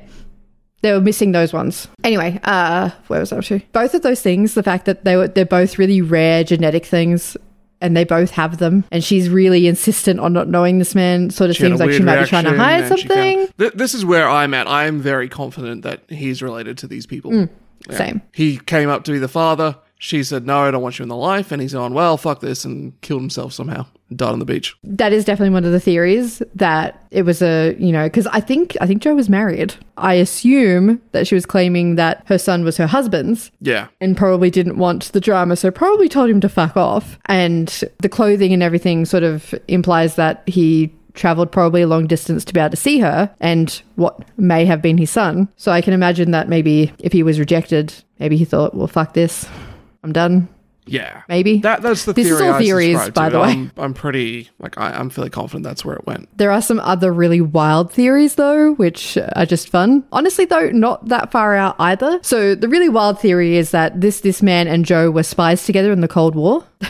Speaker 2: They were missing those ones. Anyway, uh, where was I up to? Both of those things, the fact that they were they're both really rare genetic things and they both have them, and she's really insistent on not knowing this man, sort of
Speaker 1: had
Speaker 2: seems
Speaker 1: a
Speaker 2: like she
Speaker 1: weird
Speaker 2: might be trying to
Speaker 1: reaction and
Speaker 2: hide
Speaker 1: she found-
Speaker 2: something.
Speaker 1: Th- this is where I'm at. I'm very confident that he's related to these people.
Speaker 2: Mm. Same.
Speaker 1: He came up to be the father. She said, No, I don't want you in the life. And he's gone, Well, fuck this, and killed himself somehow. Died on the beach.
Speaker 2: That is definitely one of the theories that it was a, you know, because I think I think Joe was married. I assume that she was claiming that her son was her husband's,
Speaker 1: Yeah.
Speaker 2: and probably didn't want the drama, so probably told him to fuck off. And the clothing and everything sort of implies that he traveled probably a long distance to be able to see her and what may have been his son. So I can imagine that maybe if he was rejected, maybe he thought, well, fuck this. I'm done.
Speaker 1: Yeah.
Speaker 2: Maybe.
Speaker 1: That, that's the
Speaker 2: This is
Speaker 1: theory.
Speaker 2: all
Speaker 1: I
Speaker 2: theories,
Speaker 1: subscribe
Speaker 2: by
Speaker 1: to.
Speaker 2: the way.
Speaker 1: I'm, I'm pretty, like, I, I'm fairly confident that's where it went.
Speaker 2: There are some other really wild theories, though, which are just fun. Honestly, though, not that far out either. So the really wild theory is that this this man and Joe were spies together in the Cold War,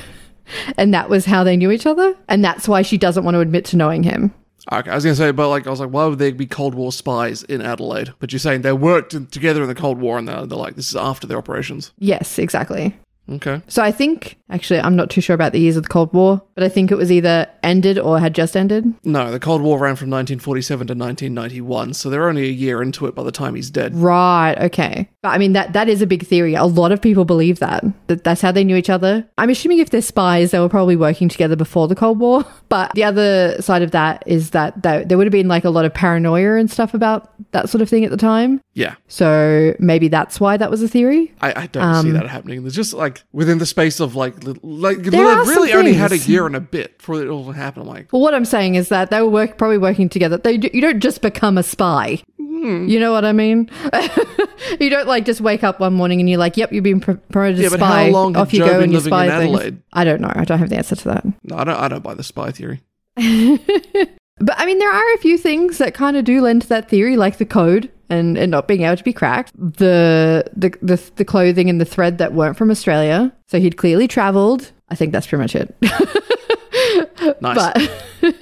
Speaker 2: and that was how they knew each other, and that's why she doesn't want to admit to knowing him.
Speaker 1: Okay, I was going to say, but, like, I was like, Why would there be Cold War spies in Adelaide? But you're saying they worked in, together in the Cold War and they're, they're like, This is after their operations.
Speaker 2: Yes, exactly.
Speaker 1: Okay.
Speaker 2: So I think actually I'm not too sure about the years of the Cold War, but I think it was either ended or had just ended.
Speaker 1: No, the Cold War ran from 1947 to 1991, so they're only a year into it by the time he's dead.
Speaker 2: Right. Okay. But I mean that that is a big theory. A lot of people believe that that that's how they knew each other. I'm assuming if they're spies, they were probably working together before the Cold War. But the other side of that is that there, there would have been like a lot of paranoia and stuff about that sort of thing at the time.
Speaker 1: Yeah.
Speaker 2: So maybe that's why that was a theory.
Speaker 1: I, I don't
Speaker 2: Um,
Speaker 1: see that happening. There's just like within the space of like li- like they've
Speaker 2: are some
Speaker 1: really only had a
Speaker 2: things.
Speaker 1: year and a bit for it all to happen. I'm like,
Speaker 2: Well, what I'm saying is that they were work, probably working together. They do, you don't just become a spy.
Speaker 1: Hmm.
Speaker 2: You know what I mean? you don't like just wake up one morning and you're like, "Yep, you've been pr- promoted
Speaker 1: Yeah,
Speaker 2: to
Speaker 1: but
Speaker 2: spy."
Speaker 1: how long had
Speaker 2: Off you
Speaker 1: Joe
Speaker 2: go
Speaker 1: been
Speaker 2: and you
Speaker 1: living in
Speaker 2: spy things.
Speaker 1: Adelaide?
Speaker 2: I don't know. I don't have the answer to that.
Speaker 1: no, I don't I don't buy the spy theory.
Speaker 2: But I mean, there are a few things that kind of do lend to that theory, like the code and, and not being able to be cracked, the, the the the clothing and the thread that weren't from Australia. So he'd clearly travelled. I think that's pretty much it.
Speaker 1: Nice.
Speaker 2: But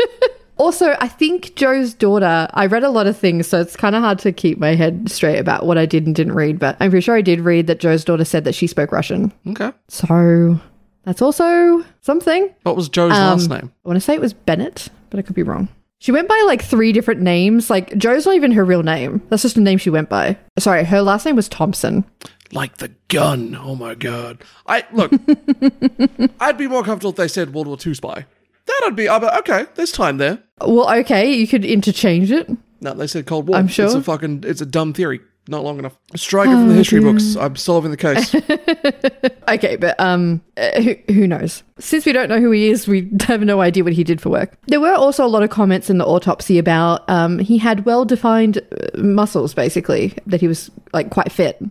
Speaker 2: also, I think Joe's daughter, I read a lot of things, so it's kind of hard to keep my head straight about what I did and didn't read, but I'm pretty sure I did read that Joe's daughter said that she spoke Russian.
Speaker 1: okay.
Speaker 2: So that's also something. Um,
Speaker 1: What was Joe's last name?
Speaker 2: I want to say it was Bennett, but I could be wrong. She went by like three different names. Like Joe's not even her real name. That's just a name she went by. Sorry, her last name was Thompson.
Speaker 1: Like the gun. Oh my god. I look. I'd be more comfortable if they said World War II spy. That'd be. I'd be like, okay. There's time there.
Speaker 2: Well, okay, you could interchange it.
Speaker 1: No, they said Cold War.
Speaker 2: I'm sure. Oh,
Speaker 1: It's a fucking. It's a dumb theory. Not long enough. Strike it from the history books. I'm solving the case.
Speaker 2: Okay, but um, uh, who, who knows? Since we don't know who he is, we have no idea what he did for work. There were also a lot of comments in the autopsy about um, he had well-defined uh, muscles, basically that he was like quite fit.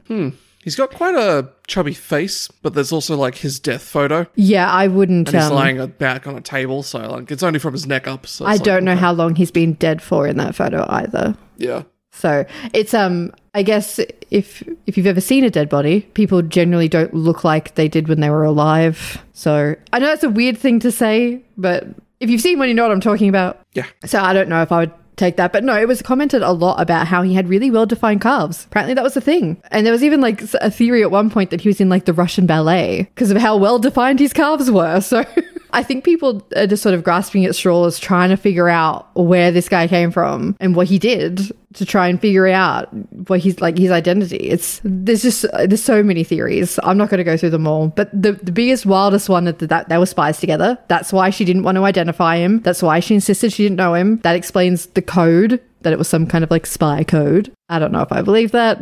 Speaker 1: He's got quite a chubby face, but there's also like his death photo.
Speaker 2: Yeah, I wouldn't.
Speaker 1: He's
Speaker 2: Um,
Speaker 1: lying back on a table, so like it's only from his neck up. So
Speaker 2: I
Speaker 1: it's like,
Speaker 2: don't know how long he's been dead for in that photo either.
Speaker 1: Yeah.
Speaker 2: So it's um, I guess if if you've ever seen a dead body, people generally don't look like they did when they were alive. So I know it's a weird thing to say, but if you've seen one, you know what I'm talking about.
Speaker 1: Yeah.
Speaker 2: So I don't know if I would take that, but no, it was commented a lot about how he had really well defined calves. Apparently, that was a thing, and there was even like a theory at one point that he was in like the Russian ballet because of how well defined his calves were. So. I think people are just sort of grasping at straws, trying to figure out where this guy came from and what he did to try and figure out what he's like his identity. It's there's just there's so many theories. I'm not going to go through them all, but the the biggest wildest one that that they were spies together. That's why she didn't want to identify him. That's why she insisted she didn't know him. That explains the code that it was some kind of like spy code. I don't know if I believe that.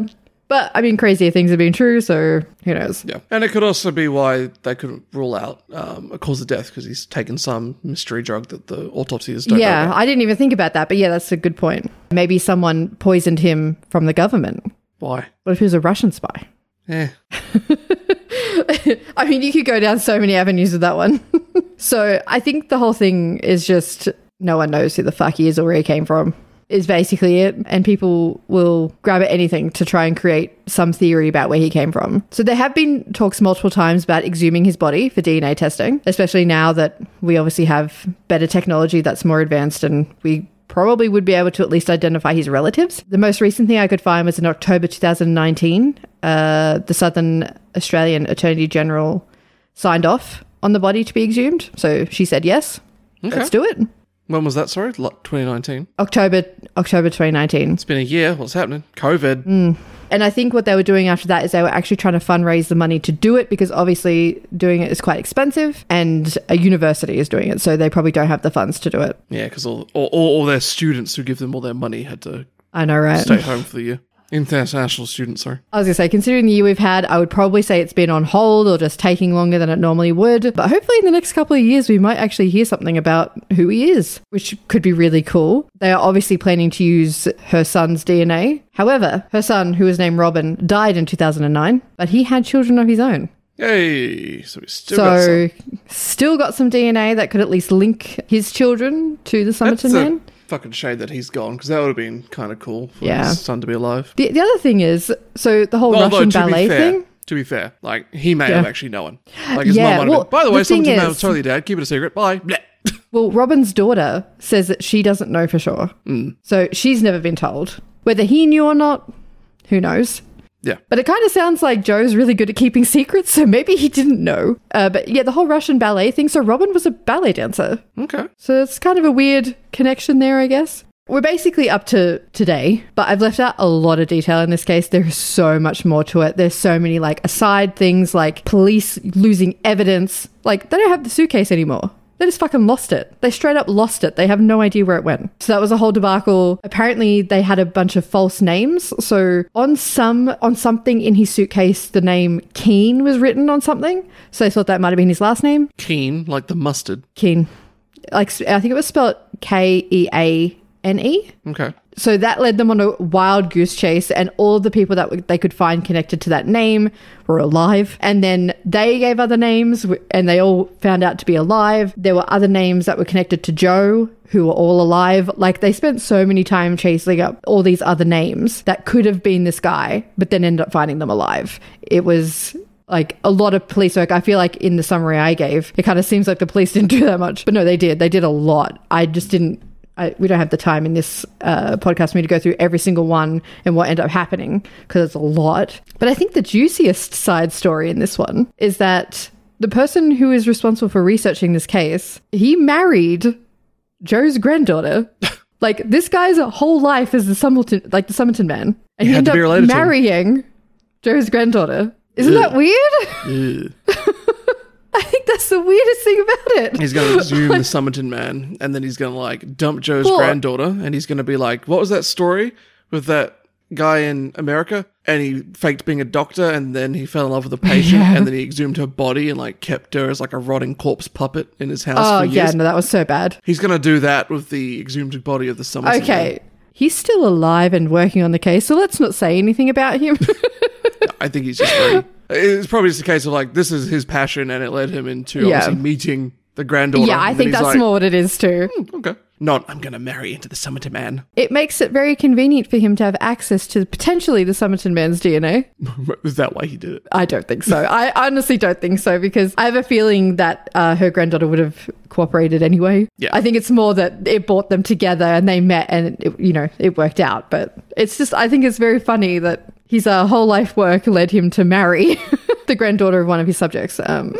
Speaker 2: But I mean, crazier things have been true, so who knows?
Speaker 1: Yeah, and it could also be why they couldn't rule out um, a cause of death because he's taken some mystery drug that the autopsies don't. know
Speaker 2: Yeah,
Speaker 1: about.
Speaker 2: I didn't even think about that, but yeah, that's a good point. Maybe someone poisoned him from the government.
Speaker 1: why?
Speaker 2: What if he was a Russian spy?
Speaker 1: Yeah,
Speaker 2: I mean, you could go down so many avenues with that one. so I think the whole thing is just no one knows who the fuck he is or where he came from, is basically it. And people will grab at anything to try and create some theory about where he came from. So there have been talks multiple times about exhuming his body for DNA testing, especially now that we obviously have better technology that's more advanced and we probably would be able to at least identify his relatives. The most recent thing I could find was in October 2019. Uh, the Southern Australian Attorney General signed off on the body to be exhumed. So she said yes. Let's do it.
Speaker 1: when was that? Sorry, Lo- 2019.
Speaker 2: October October 2019.
Speaker 1: It's been a year. What's happening? COVID.
Speaker 2: Mm. And I think what they were doing after that is they were actually trying to fundraise the money to do it because obviously doing it is quite expensive and a university is doing it, so they probably don't have the funds to do it.
Speaker 1: Yeah, because all, all all their students who give them all their money had to
Speaker 2: I know, right?
Speaker 1: stay home for the year. International students, sorry.
Speaker 2: I was gonna say, considering the year we've had, I would probably say it's been on hold or just taking longer than it normally would. But hopefully, in the next couple of years, we might actually hear something about who he is, which could be really cool. They are obviously planning to use her son's DNA. However, her son, who was named Robin, died in 2009, but he had children of his own.
Speaker 1: Yay! So we still got some.
Speaker 2: So, still got some DNA that could at least link his children to the
Speaker 1: That's
Speaker 2: Somerton
Speaker 1: a
Speaker 2: man.
Speaker 1: fucking shade that he's gone because that would have been kind of cool for
Speaker 2: Yeah.
Speaker 1: his son to be alive.
Speaker 2: The, the other thing is, so the whole Russian ballet
Speaker 1: be fair,
Speaker 2: thing.
Speaker 1: to be fair, like he may have actually known. Like his
Speaker 2: Yeah,
Speaker 1: mum might
Speaker 2: well,
Speaker 1: have been. By the way,
Speaker 2: the
Speaker 1: someone's
Speaker 2: thing
Speaker 1: in there
Speaker 2: is-
Speaker 1: totally dead. Keep it a secret. Bye. Bleh.
Speaker 2: Well, Robin's daughter says that she doesn't know for sure. So she's never been told. Whether he knew or not, who knows?
Speaker 1: Yeah.
Speaker 2: But it kind of sounds like Joe's really good at keeping secrets, so maybe he didn't know. Uh, but yeah, the whole Russian ballet thing. So Robin was a ballet dancer.
Speaker 1: Okay.
Speaker 2: So it's kind of a weird connection there, I guess. We're basically up to today, but I've left out a lot of detail in this case. There's so much more to it. There's so many like aside things like police losing evidence. Like they don't have the suitcase anymore. They just fucking lost it. They straight up lost it. They have no idea where it went. So that was a whole debacle. Apparently they had a bunch of false names. So on some on something in his suitcase the name Keen was written on something. So they thought that might have been his last name.
Speaker 1: Keen, like the mustard.
Speaker 2: Keen. Like I think it was spelled K E A N E.
Speaker 1: Okay.
Speaker 2: So that led them on a wild goose chase, and all the people that w- they could find connected to that name were alive. And then they gave other names, w- and they all found out to be alive. There were other names that were connected to Joe, who were all alive. Like they spent so many time chasing up all these other names that could have been this guy, but then ended up finding them alive. It was like a lot of police work. I feel like in the summary I gave, it kind of seems like the police didn't do that much, but no, they did. They did a lot. I just didn't. I, we don't have the time in this uh, podcast for me to go through every single one and what ended up happening because it's a lot. But I think the juiciest side story in this one is that the person who is responsible for researching this case, he married Joe's granddaughter. like this guy's whole life is the Summerton, like the Summerton man, and
Speaker 1: You
Speaker 2: he
Speaker 1: had
Speaker 2: ended
Speaker 1: to be
Speaker 2: up
Speaker 1: related to him.
Speaker 2: marrying Joe's granddaughter. Isn't
Speaker 1: Ugh.
Speaker 2: that weird?
Speaker 1: Ugh.
Speaker 2: I think that's the weirdest thing about it.
Speaker 1: He's gonna exhume the Summerton man, and then he's gonna like dump Joe's
Speaker 2: Well-
Speaker 1: granddaughter, and he's gonna be like, "What was that story with that guy in America?" And he faked being a doctor, and then he fell in love with a patient,
Speaker 2: Yeah.
Speaker 1: and then he exhumed her body and like kept her as like a rotting corpse puppet in his house
Speaker 2: Oh
Speaker 1: for
Speaker 2: yeah,
Speaker 1: years.
Speaker 2: no, that was so bad.
Speaker 1: He's gonna do that with the exhumed body of the Summerton.
Speaker 2: Okay. He's still alive and working on the case, so let's not say anything about him.
Speaker 1: man. I think he's just very. It's probably just a case of like this is his passion, and it led him into
Speaker 2: Yeah.
Speaker 1: obviously meeting the granddaughter.
Speaker 2: yeah, I
Speaker 1: and then
Speaker 2: think
Speaker 1: he's
Speaker 2: that's
Speaker 1: like, Hmm.
Speaker 2: more what it is too.
Speaker 1: Okay, not I'm gonna marry into the Summerton man.
Speaker 2: It makes it very convenient for him to have access to potentially the Summerton man's DNA.
Speaker 1: Is that why he did it?
Speaker 2: I don't think so. I honestly don't think so because I have a feeling that uh, her granddaughter would have cooperated anyway.
Speaker 1: Yeah.
Speaker 2: I think it's more that it brought them together and they met and it, you know it worked out. But it's just I think it's very funny that his uh, whole life work led him to marry the granddaughter of one of his subjects. Um,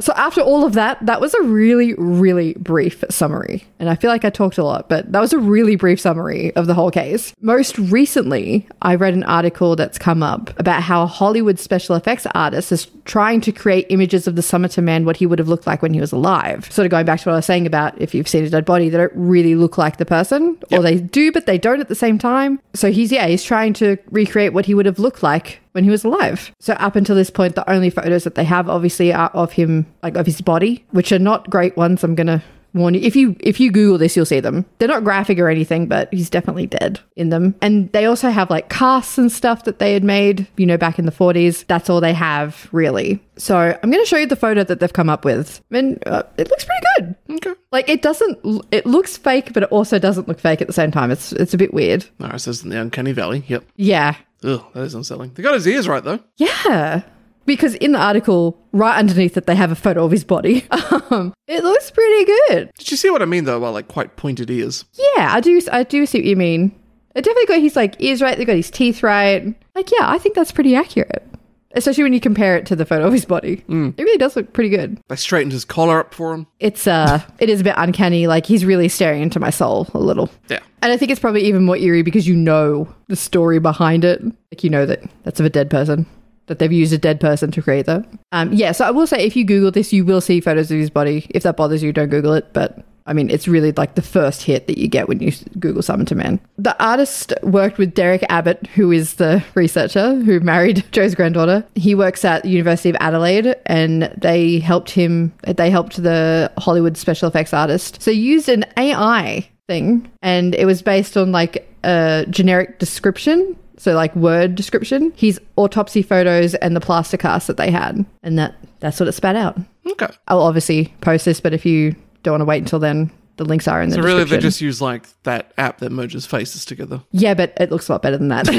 Speaker 2: so after all of that, that was a really really brief summary, and I feel like I talked a lot, but that was a really brief summary of the whole case. Most recently, I read an article that's come up about how a Hollywood special effects artist is trying to create images of the Summerton man, what he would have looked like when he was alive. Sort of going back to what I was saying about if you've seen a dead body, they don't really look like the person, or they do, but they don't at the same time. So he's, yeah, he's trying to recreate what he would have looked like when he was alive. So up until this point, the only photos that they have obviously are of him, like of his body, which are not great ones. I'm going to warn you if you if you google this you'll see them they're not graphic or anything but he's definitely dead in them and they also have like casts and stuff that they had made you know back in the 40s that's all they have really so i'm going to show you the photo that they've come up with and uh, it looks pretty good
Speaker 1: Okay.
Speaker 2: like it doesn't l- it looks fake but it also doesn't look fake at the same time it's it's a bit weird
Speaker 1: No, it says in the Uncanny Valley. Yep.
Speaker 2: yeah
Speaker 1: Ugh, that is unsettling. They got his ears right though.
Speaker 2: yeah because in the article right underneath it they have a photo of his body um, it looks pretty good
Speaker 1: Did you see what I mean though? By like quite pointed ears.
Speaker 2: Yeah, I do. I do see what you mean. They definitely got his like ears right. They got his teeth right. Like, yeah, I think that's pretty accurate, especially when you compare it to the photo of his body. It really does look pretty good.
Speaker 1: They straightened his collar up for him.
Speaker 2: It's uh, it is a bit uncanny. Like he's really staring into my soul a little.
Speaker 1: Yeah.
Speaker 2: And I think it's probably even more eerie because you know the story behind it. Like you know that that's of a dead person. That they've used a dead person to create that. Um, yeah, so I will say if you Google this, you will see photos of his body. If that bothers you, don't Google it. But I mean, it's really like the first hit that you get when you s- Google Summon to Man. The artist worked with Derek Abbott, who is the researcher who married Joe's granddaughter. He works at the University of Adelaide, and they helped him. They helped the Hollywood special effects artist. So used an AI thing and it was based on like a generic description so like word description his autopsy photos and the plaster cast that they had and that that's what it spat out
Speaker 1: Okay.
Speaker 2: i'll obviously post this but if you don't want to wait until then the links are in the
Speaker 1: So really, they
Speaker 2: description
Speaker 1: just use like that app that merges faces together.
Speaker 2: yeah but it looks a lot better than that i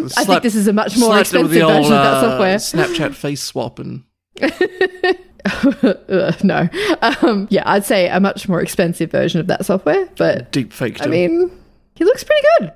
Speaker 2: think
Speaker 1: Slap-
Speaker 2: this is a much more
Speaker 1: slapped it
Speaker 2: expensive
Speaker 1: with
Speaker 2: version of
Speaker 1: uh,
Speaker 2: that software
Speaker 1: Snapchat face swap and uh,
Speaker 2: Ugh, no um, yeah i'd say a much more expensive version of that software but
Speaker 1: deep fake.
Speaker 2: I mean, he looks pretty good.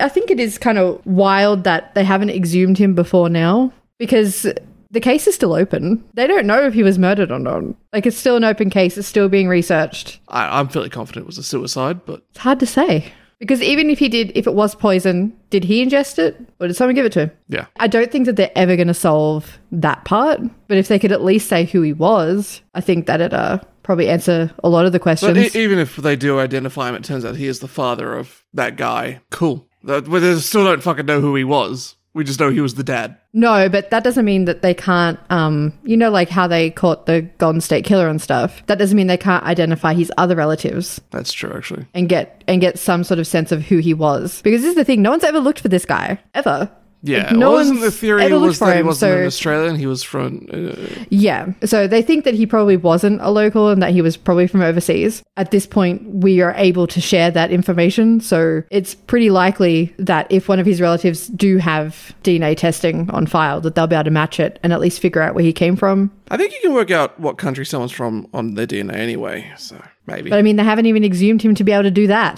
Speaker 2: I think it is kind of wild that they haven't exhumed him before now because the case is still open. They don't know if he was murdered or not. Like, it's still an open case, it's still being researched.
Speaker 1: I, I'm fairly confident it was a suicide, but
Speaker 2: It's hard to say. Because even if he did, if it was poison, did he ingest it or did someone give it to him?
Speaker 1: yeah,
Speaker 2: I don't think that they're ever going to solve that part. But if they could at least say who he was, I think that'd uh, probably answer a lot of the questions.
Speaker 1: But e- even if they do identify him, it turns out he is the father of that guy. Cool. That, well, they still don't fucking know who he was. We just know he was the dad.
Speaker 2: No, but that doesn't mean that they can't, um, you know, like how they caught the Golden State Killer and stuff. That doesn't mean they can't identify his other relatives
Speaker 1: That's true, actually.
Speaker 2: and get and get some sort of sense of who he was. Because this is the thing, no one's ever looked for this guy ever.
Speaker 1: Yeah,
Speaker 2: Like, no
Speaker 1: well, isn't the
Speaker 2: one's
Speaker 1: theory
Speaker 2: ever looked
Speaker 1: was
Speaker 2: for
Speaker 1: that he
Speaker 2: him,
Speaker 1: wasn't an
Speaker 2: so-
Speaker 1: Australian? He was from. Uh,
Speaker 2: Yeah. So they think that he probably wasn't a local and that he was probably from overseas. At this point, we are able to share that information. So it's pretty likely that if one of his relatives do have DNA testing on file, that they'll be able to match it and at least figure out where he came from.
Speaker 1: I think you can work out what country someone's from on their DNA anyway. So maybe.
Speaker 2: But I mean, they haven't even exhumed him to be able to do that.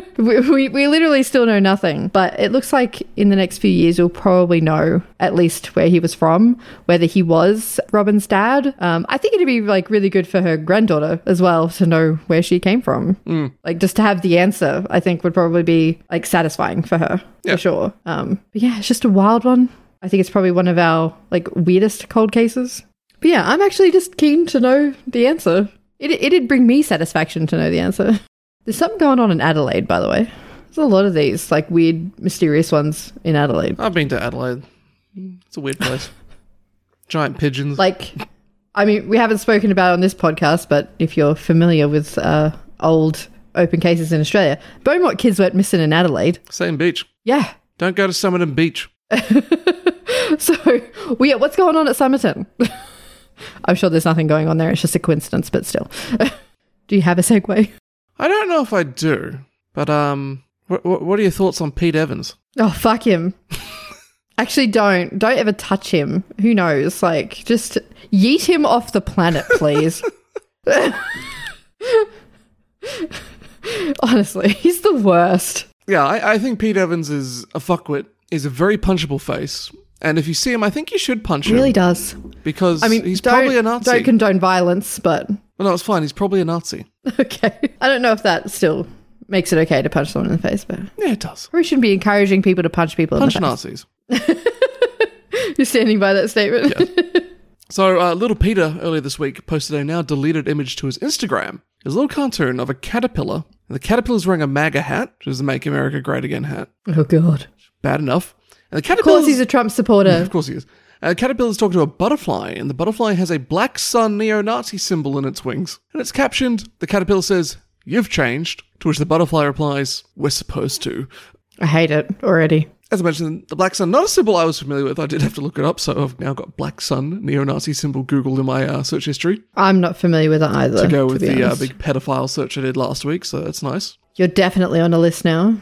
Speaker 2: So We, we, we literally still know nothing, but it looks like in the next few years we'll probably know at least where he was from, whether he was Robin's dad. Um, I think it'd be like really good for her granddaughter as well to know where she came from. Like just to have the answer, I think would probably be like satisfying for her
Speaker 1: Yeah.
Speaker 2: for sure. Um, but yeah, it's just a wild one. I think it's probably one of our like weirdest cold cases. But yeah, I'm actually just keen to know the answer. It it'd bring me satisfaction to know the answer. There's something going on in Adelaide, by the way. There's a lot of these like weird, mysterious ones in Adelaide.
Speaker 1: I've been to Adelaide. It's a weird place. Giant pigeons.
Speaker 2: Like, I mean, we haven't spoken about it on this podcast, but if you're familiar with uh, old open cases in Australia, Beaumont kids went missing in Adelaide.
Speaker 1: Same beach.
Speaker 2: Yeah.
Speaker 1: Don't go to Summerton Beach.
Speaker 2: So, we what's going on at Summerton? I'm sure there's nothing going on there. It's just a coincidence, but still. Do you have a segue?
Speaker 1: I don't know if I do, but um, what what are your thoughts on Pete Evans?
Speaker 2: Oh, fuck him. Actually, don't. Don't ever touch him. Who knows? Like, just yeet him off the planet, please. Honestly, he's the worst.
Speaker 1: Yeah, I, I think Pete Evans is a fuckwit. He's a very punchable face, and if you see him, I think you should punch
Speaker 2: Really
Speaker 1: him
Speaker 2: does.
Speaker 1: because
Speaker 2: I mean,
Speaker 1: he's
Speaker 2: don't,
Speaker 1: probably a Nazi.
Speaker 2: Don't condone violence, but
Speaker 1: well, no, it's fine. He's probably a Nazi.
Speaker 2: okay. I don't know if that still makes it okay to punch someone in the face, but
Speaker 1: Yeah, it does.
Speaker 2: we shouldn't be encouraging people to punch people
Speaker 1: Punch
Speaker 2: in the face.
Speaker 1: Nazis.
Speaker 2: You're standing by that statement.
Speaker 1: So, uh, little Peter earlier this week posted a now deleted image to his Instagram. His little cartoon of a caterpillar. And the caterpillar's wearing a MAGA hat, which is the Make America Great Again hat.
Speaker 2: Oh, God.
Speaker 1: Bad enough. And the
Speaker 2: Of course,
Speaker 1: caterpillar's
Speaker 2: he's a Trump supporter.
Speaker 1: Of course he is. Uh, Caterpillar's talking to a butterfly, and the butterfly has a black sun neo Nazi symbol in its wings. And it's captioned, The caterpillar says, You've changed. To which the butterfly replies, We're supposed to.
Speaker 2: I hate it already.
Speaker 1: As I mentioned, the black sun, not a symbol I was familiar with. I did have to look it up, so I've now got black sun neo Nazi symbol Googled in my uh, search history.
Speaker 2: I'm not familiar with it either. To
Speaker 1: Go
Speaker 2: be
Speaker 1: with the uh,
Speaker 2: honest.
Speaker 1: big pedophile search I did last week, so that's nice.
Speaker 2: You're definitely on a list now.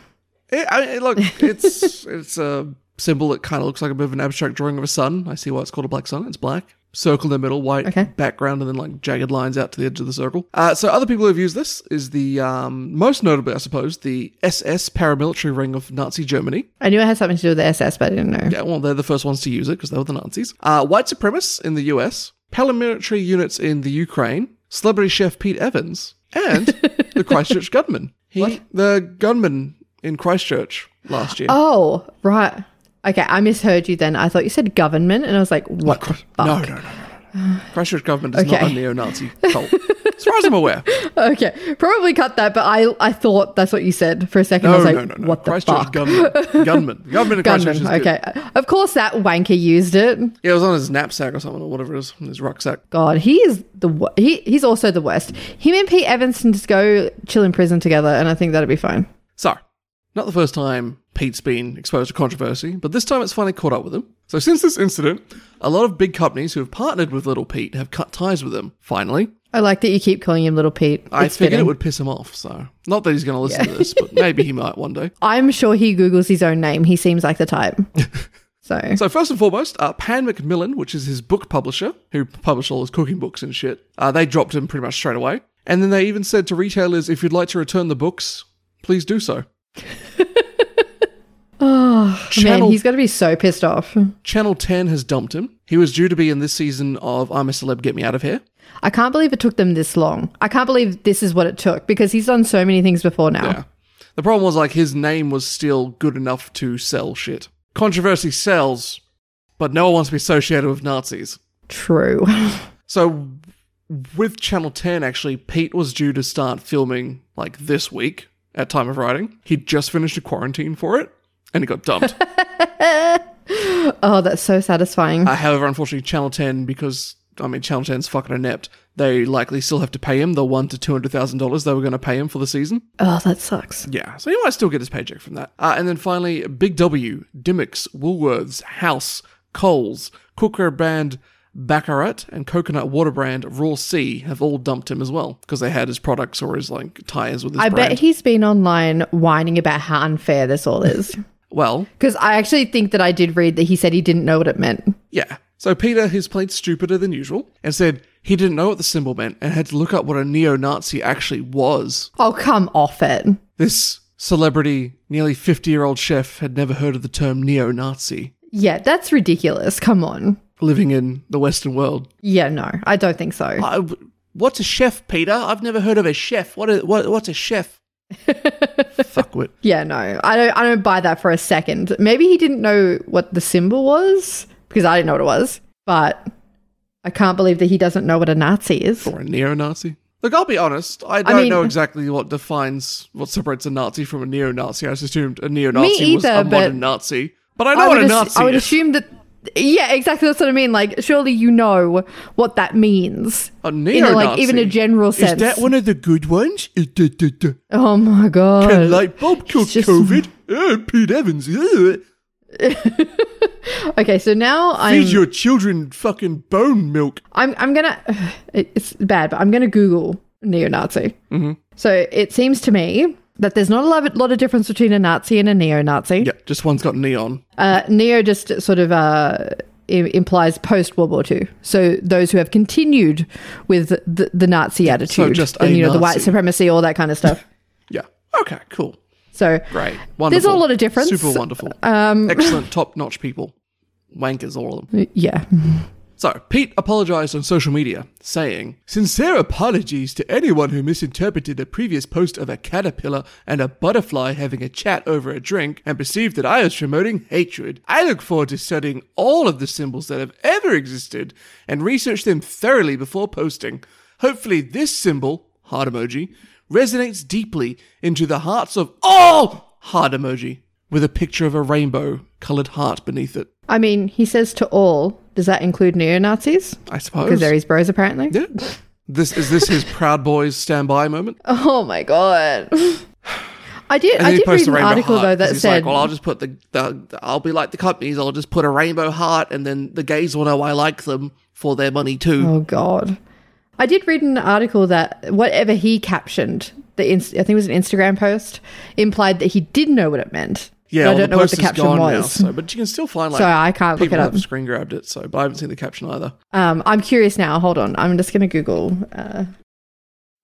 Speaker 1: It, I, it, look, it's it's a symbol that kind of looks like a bit of an abstract drawing of a sun. I see why it's called a black sun. It's black, circle in the middle, white
Speaker 2: Okay.
Speaker 1: background, and then like jagged lines out to the edge of the circle. Uh, so other people who've used this is the um, most notably, I suppose, the SS paramilitary ring of Nazi Germany.
Speaker 2: I knew it had something to do with the SS, but I didn't know.
Speaker 1: Yeah, well, they're the first ones to use it because they were the Nazis. Uh, white supremacists in the US, paramilitary units in the Ukraine, celebrity chef Pete Evans, and the Christchurch gunman. He, the gunman in Christchurch last year.
Speaker 2: Oh, right. Okay, I misheard you then. I thought you said government, and I was like, what the fuck?
Speaker 1: No, no, no, no, no. Christchurch government is not a
Speaker 2: Okay.
Speaker 1: neo-Nazi cult, as far as I'm aware.
Speaker 2: Okay, probably cut that, but I I thought that's what you said for a second. I
Speaker 1: No,
Speaker 2: was like,
Speaker 1: no, no, no.
Speaker 2: what the
Speaker 1: Christchurch
Speaker 2: fuck?
Speaker 1: gunman, gunman, gunman in Christchurch.
Speaker 2: Gunman.
Speaker 1: Is good.
Speaker 2: Okay. Of course, that wanker used it.
Speaker 1: Yeah, it was on his knapsack or something, or whatever it is, his rucksack.
Speaker 2: God, he is the wo- he. He's also the worst. Him and Pete Evans can just go chill in prison together, and I think that'd be fine.
Speaker 1: So, not the first time Pete's been exposed to controversy, but this time it's finally caught up with him. So, since this incident, a lot of big companies who have partnered with Little Pete have cut ties with him. Finally,
Speaker 2: I like that you keep calling him Little Pete.
Speaker 1: I
Speaker 2: It's
Speaker 1: figured
Speaker 2: fitting.
Speaker 1: it would piss him off. So, not that he's going to listen to this, but maybe he might one day.
Speaker 2: I'm sure he googles his own name. He seems like the type. So
Speaker 1: So first and foremost, uh, Pan Macmillan, which is his book publisher, who published all his cooking books and shit, uh, they dropped him pretty much straight away. And then they even said to retailers, if you'd like to return the books, please do so. Channel-
Speaker 2: Man, he's got to be so pissed off.
Speaker 1: Channel 10 has dumped him. He was due to be in this season of I'm a Celeb, Get Me Out of Here.
Speaker 2: I can't believe it took them this long. I can't believe this is what it took because he's done so many things before now.
Speaker 1: Yeah. The problem was like his name was still good enough to sell shit. Controversy sells, but no one wants to be associated with Nazis.
Speaker 2: True.
Speaker 1: So with Channel 10 actually Pete was due to start filming like this week at time of writing. He'd just finished a quarantine for it and he got dumped.
Speaker 2: oh, that's so satisfying.
Speaker 1: uh, however, unfortunately Channel 10 because I mean Channel 10's fucking inept, they likely still have to pay him the 1 to 200,000 dollars they were going to pay him for the season.
Speaker 2: oh, that sucks.
Speaker 1: Yeah, so he might still get his paycheck from that. Uh, and then finally, Big W, Dimmicks, Woolworths, House, Coles, cookware brand Baccarat, and coconut water brand Raw C have all dumped him as well because they had his products or his like tires with his
Speaker 2: I
Speaker 1: brand.
Speaker 2: bet he's been online whining about how unfair this all is.
Speaker 1: well,
Speaker 2: Because I actually think that I did read that he said he didn't know what it meant.
Speaker 1: yeah. So Peter has played stupider than usual and said he didn't know what the symbol meant and had to look up what a neo-Nazi actually was.
Speaker 2: Oh, come off it.
Speaker 1: This celebrity, nearly 50 year old chef had never heard of the term neo Nazi
Speaker 2: Yeah, that's ridiculous. Come on.
Speaker 1: living in the Western world.
Speaker 2: Yeah, no, I don't think so.
Speaker 1: I, uh, what's a chef, Peter? I've never heard of a chef. What, a, what What's a chef? Fuckwit.
Speaker 2: Yeah, no, I don't. I don't buy that for a second. Maybe he didn't know what the symbol was because I didn't know what it was. But I can't believe that he doesn't know what a Nazi is.
Speaker 1: Or a neo Nazi? Look, I'll be honest. I don't
Speaker 2: mean- uh,
Speaker 1: know exactly what defines what separates a Nazi from a neo Nazi. I just assumed a neo Nazi was
Speaker 2: either,
Speaker 1: a
Speaker 2: but-
Speaker 1: modern Nazi. But I know what a
Speaker 2: would assu-
Speaker 1: Nazi
Speaker 2: I would
Speaker 1: is.
Speaker 2: assume that. Yeah, exactly. That's what I mean. Like, surely you know what that means.
Speaker 1: a
Speaker 2: You
Speaker 1: neo
Speaker 2: know,
Speaker 1: Nazi.
Speaker 2: like even a general sense.
Speaker 1: of the good ones?
Speaker 2: oh my god!
Speaker 1: light bulb killed
Speaker 2: just-
Speaker 1: COVID. Uh, Pete Evans. uh,
Speaker 2: okay, so now I'm
Speaker 1: feed your children fucking bone milk.
Speaker 2: I'm I'm gonna. it- It's bad, but I'm gonna Google neo-Nazi.
Speaker 1: Mm-hmm.
Speaker 2: So it seems to me that there's not a lot, lot of difference between a Nazi and a neo-Nazi.
Speaker 1: Yeah, just one's got neon.
Speaker 2: Uh, neo just sort of uh, i- implies post World War II. So those who have continued with the, the Nazi attitude,
Speaker 1: just a
Speaker 2: and, you know the
Speaker 1: Nazi.
Speaker 2: white supremacy, all that kind of stuff.
Speaker 1: Yeah. Okay, cool.
Speaker 2: So
Speaker 1: Great. Wonderful.
Speaker 2: There's a lot of difference.
Speaker 1: Super wonderful. Um, Excellent, top notch people. Wankers, all of them.
Speaker 2: yeah,
Speaker 1: So, Pete apologized on social media, saying, Sincere apologies to anyone who misinterpreted a previous post of a caterpillar and a butterfly having a chat over a drink and perceived that I was promoting hatred. I look forward to studying all of the symbols that have ever existed and research them thoroughly before posting. Hopefully, this symbol, heart emoji, resonates deeply into the hearts of all heart emoji, with a picture of a rainbow colored heart beneath it.
Speaker 2: I mean he says to all. Does that include neo-Nazis?
Speaker 1: I suppose.
Speaker 2: Because they're his bros, apparently.
Speaker 1: Yeah. This is this his Proud Boys standby moment?
Speaker 2: Oh my god! I did.
Speaker 1: And
Speaker 2: I
Speaker 1: then he
Speaker 2: did
Speaker 1: posts
Speaker 2: read
Speaker 1: a
Speaker 2: an
Speaker 1: rainbow
Speaker 2: article
Speaker 1: heart,
Speaker 2: though
Speaker 1: 'cause
Speaker 2: that
Speaker 1: he's
Speaker 2: said,
Speaker 1: like, "Well, I'll just put the, the I'll be like the companies. I'll just put a rainbow heart, and then the gays will know I like them for their money too."
Speaker 2: "Oh God." I did read an article that whatever he captioned, the inst- I think it was an Instagram post, implied that he did know what it meant.
Speaker 1: yeah,
Speaker 2: But
Speaker 1: well,
Speaker 2: I don't know what
Speaker 1: post
Speaker 2: the
Speaker 1: is
Speaker 2: caption
Speaker 1: gone now,
Speaker 2: was.
Speaker 1: so, but you can still find like
Speaker 2: So I can't look
Speaker 1: people
Speaker 2: it
Speaker 1: have
Speaker 2: up.
Speaker 1: screen grabbed it. So, but I haven't seen the caption either.
Speaker 2: Um, I'm curious now. Hold on. I'm just going to Google. Uh, I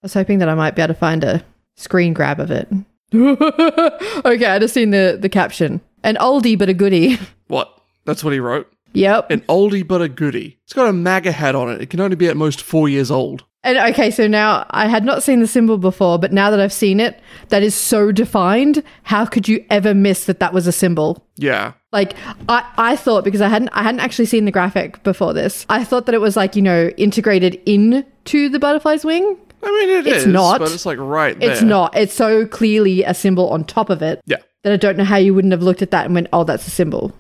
Speaker 2: was hoping that I might be able to find a screen grab of it. okay, I just seen the the caption. An oldie but a goodie.
Speaker 1: What? That's what he wrote.
Speaker 2: yep.
Speaker 1: An oldie but a goodie. It's got a MAGA hat on it. It can only be at most four years old.
Speaker 2: And okay, so now I had not seen the symbol before, but now that I've seen it, that is so defined. How could you ever miss that that was a symbol?
Speaker 1: Yeah.
Speaker 2: Like I, I thought because I hadn't I hadn't actually seen the graphic before this. I thought that it was like you know integrated into the butterfly's wing.
Speaker 1: I mean, it
Speaker 2: It's
Speaker 1: is,
Speaker 2: not.
Speaker 1: but it's like right there.
Speaker 2: It's not. It's so clearly a symbol on top of it
Speaker 1: Yeah.
Speaker 2: that I don't know how you wouldn't have looked at that and went, "Oh, that's a symbol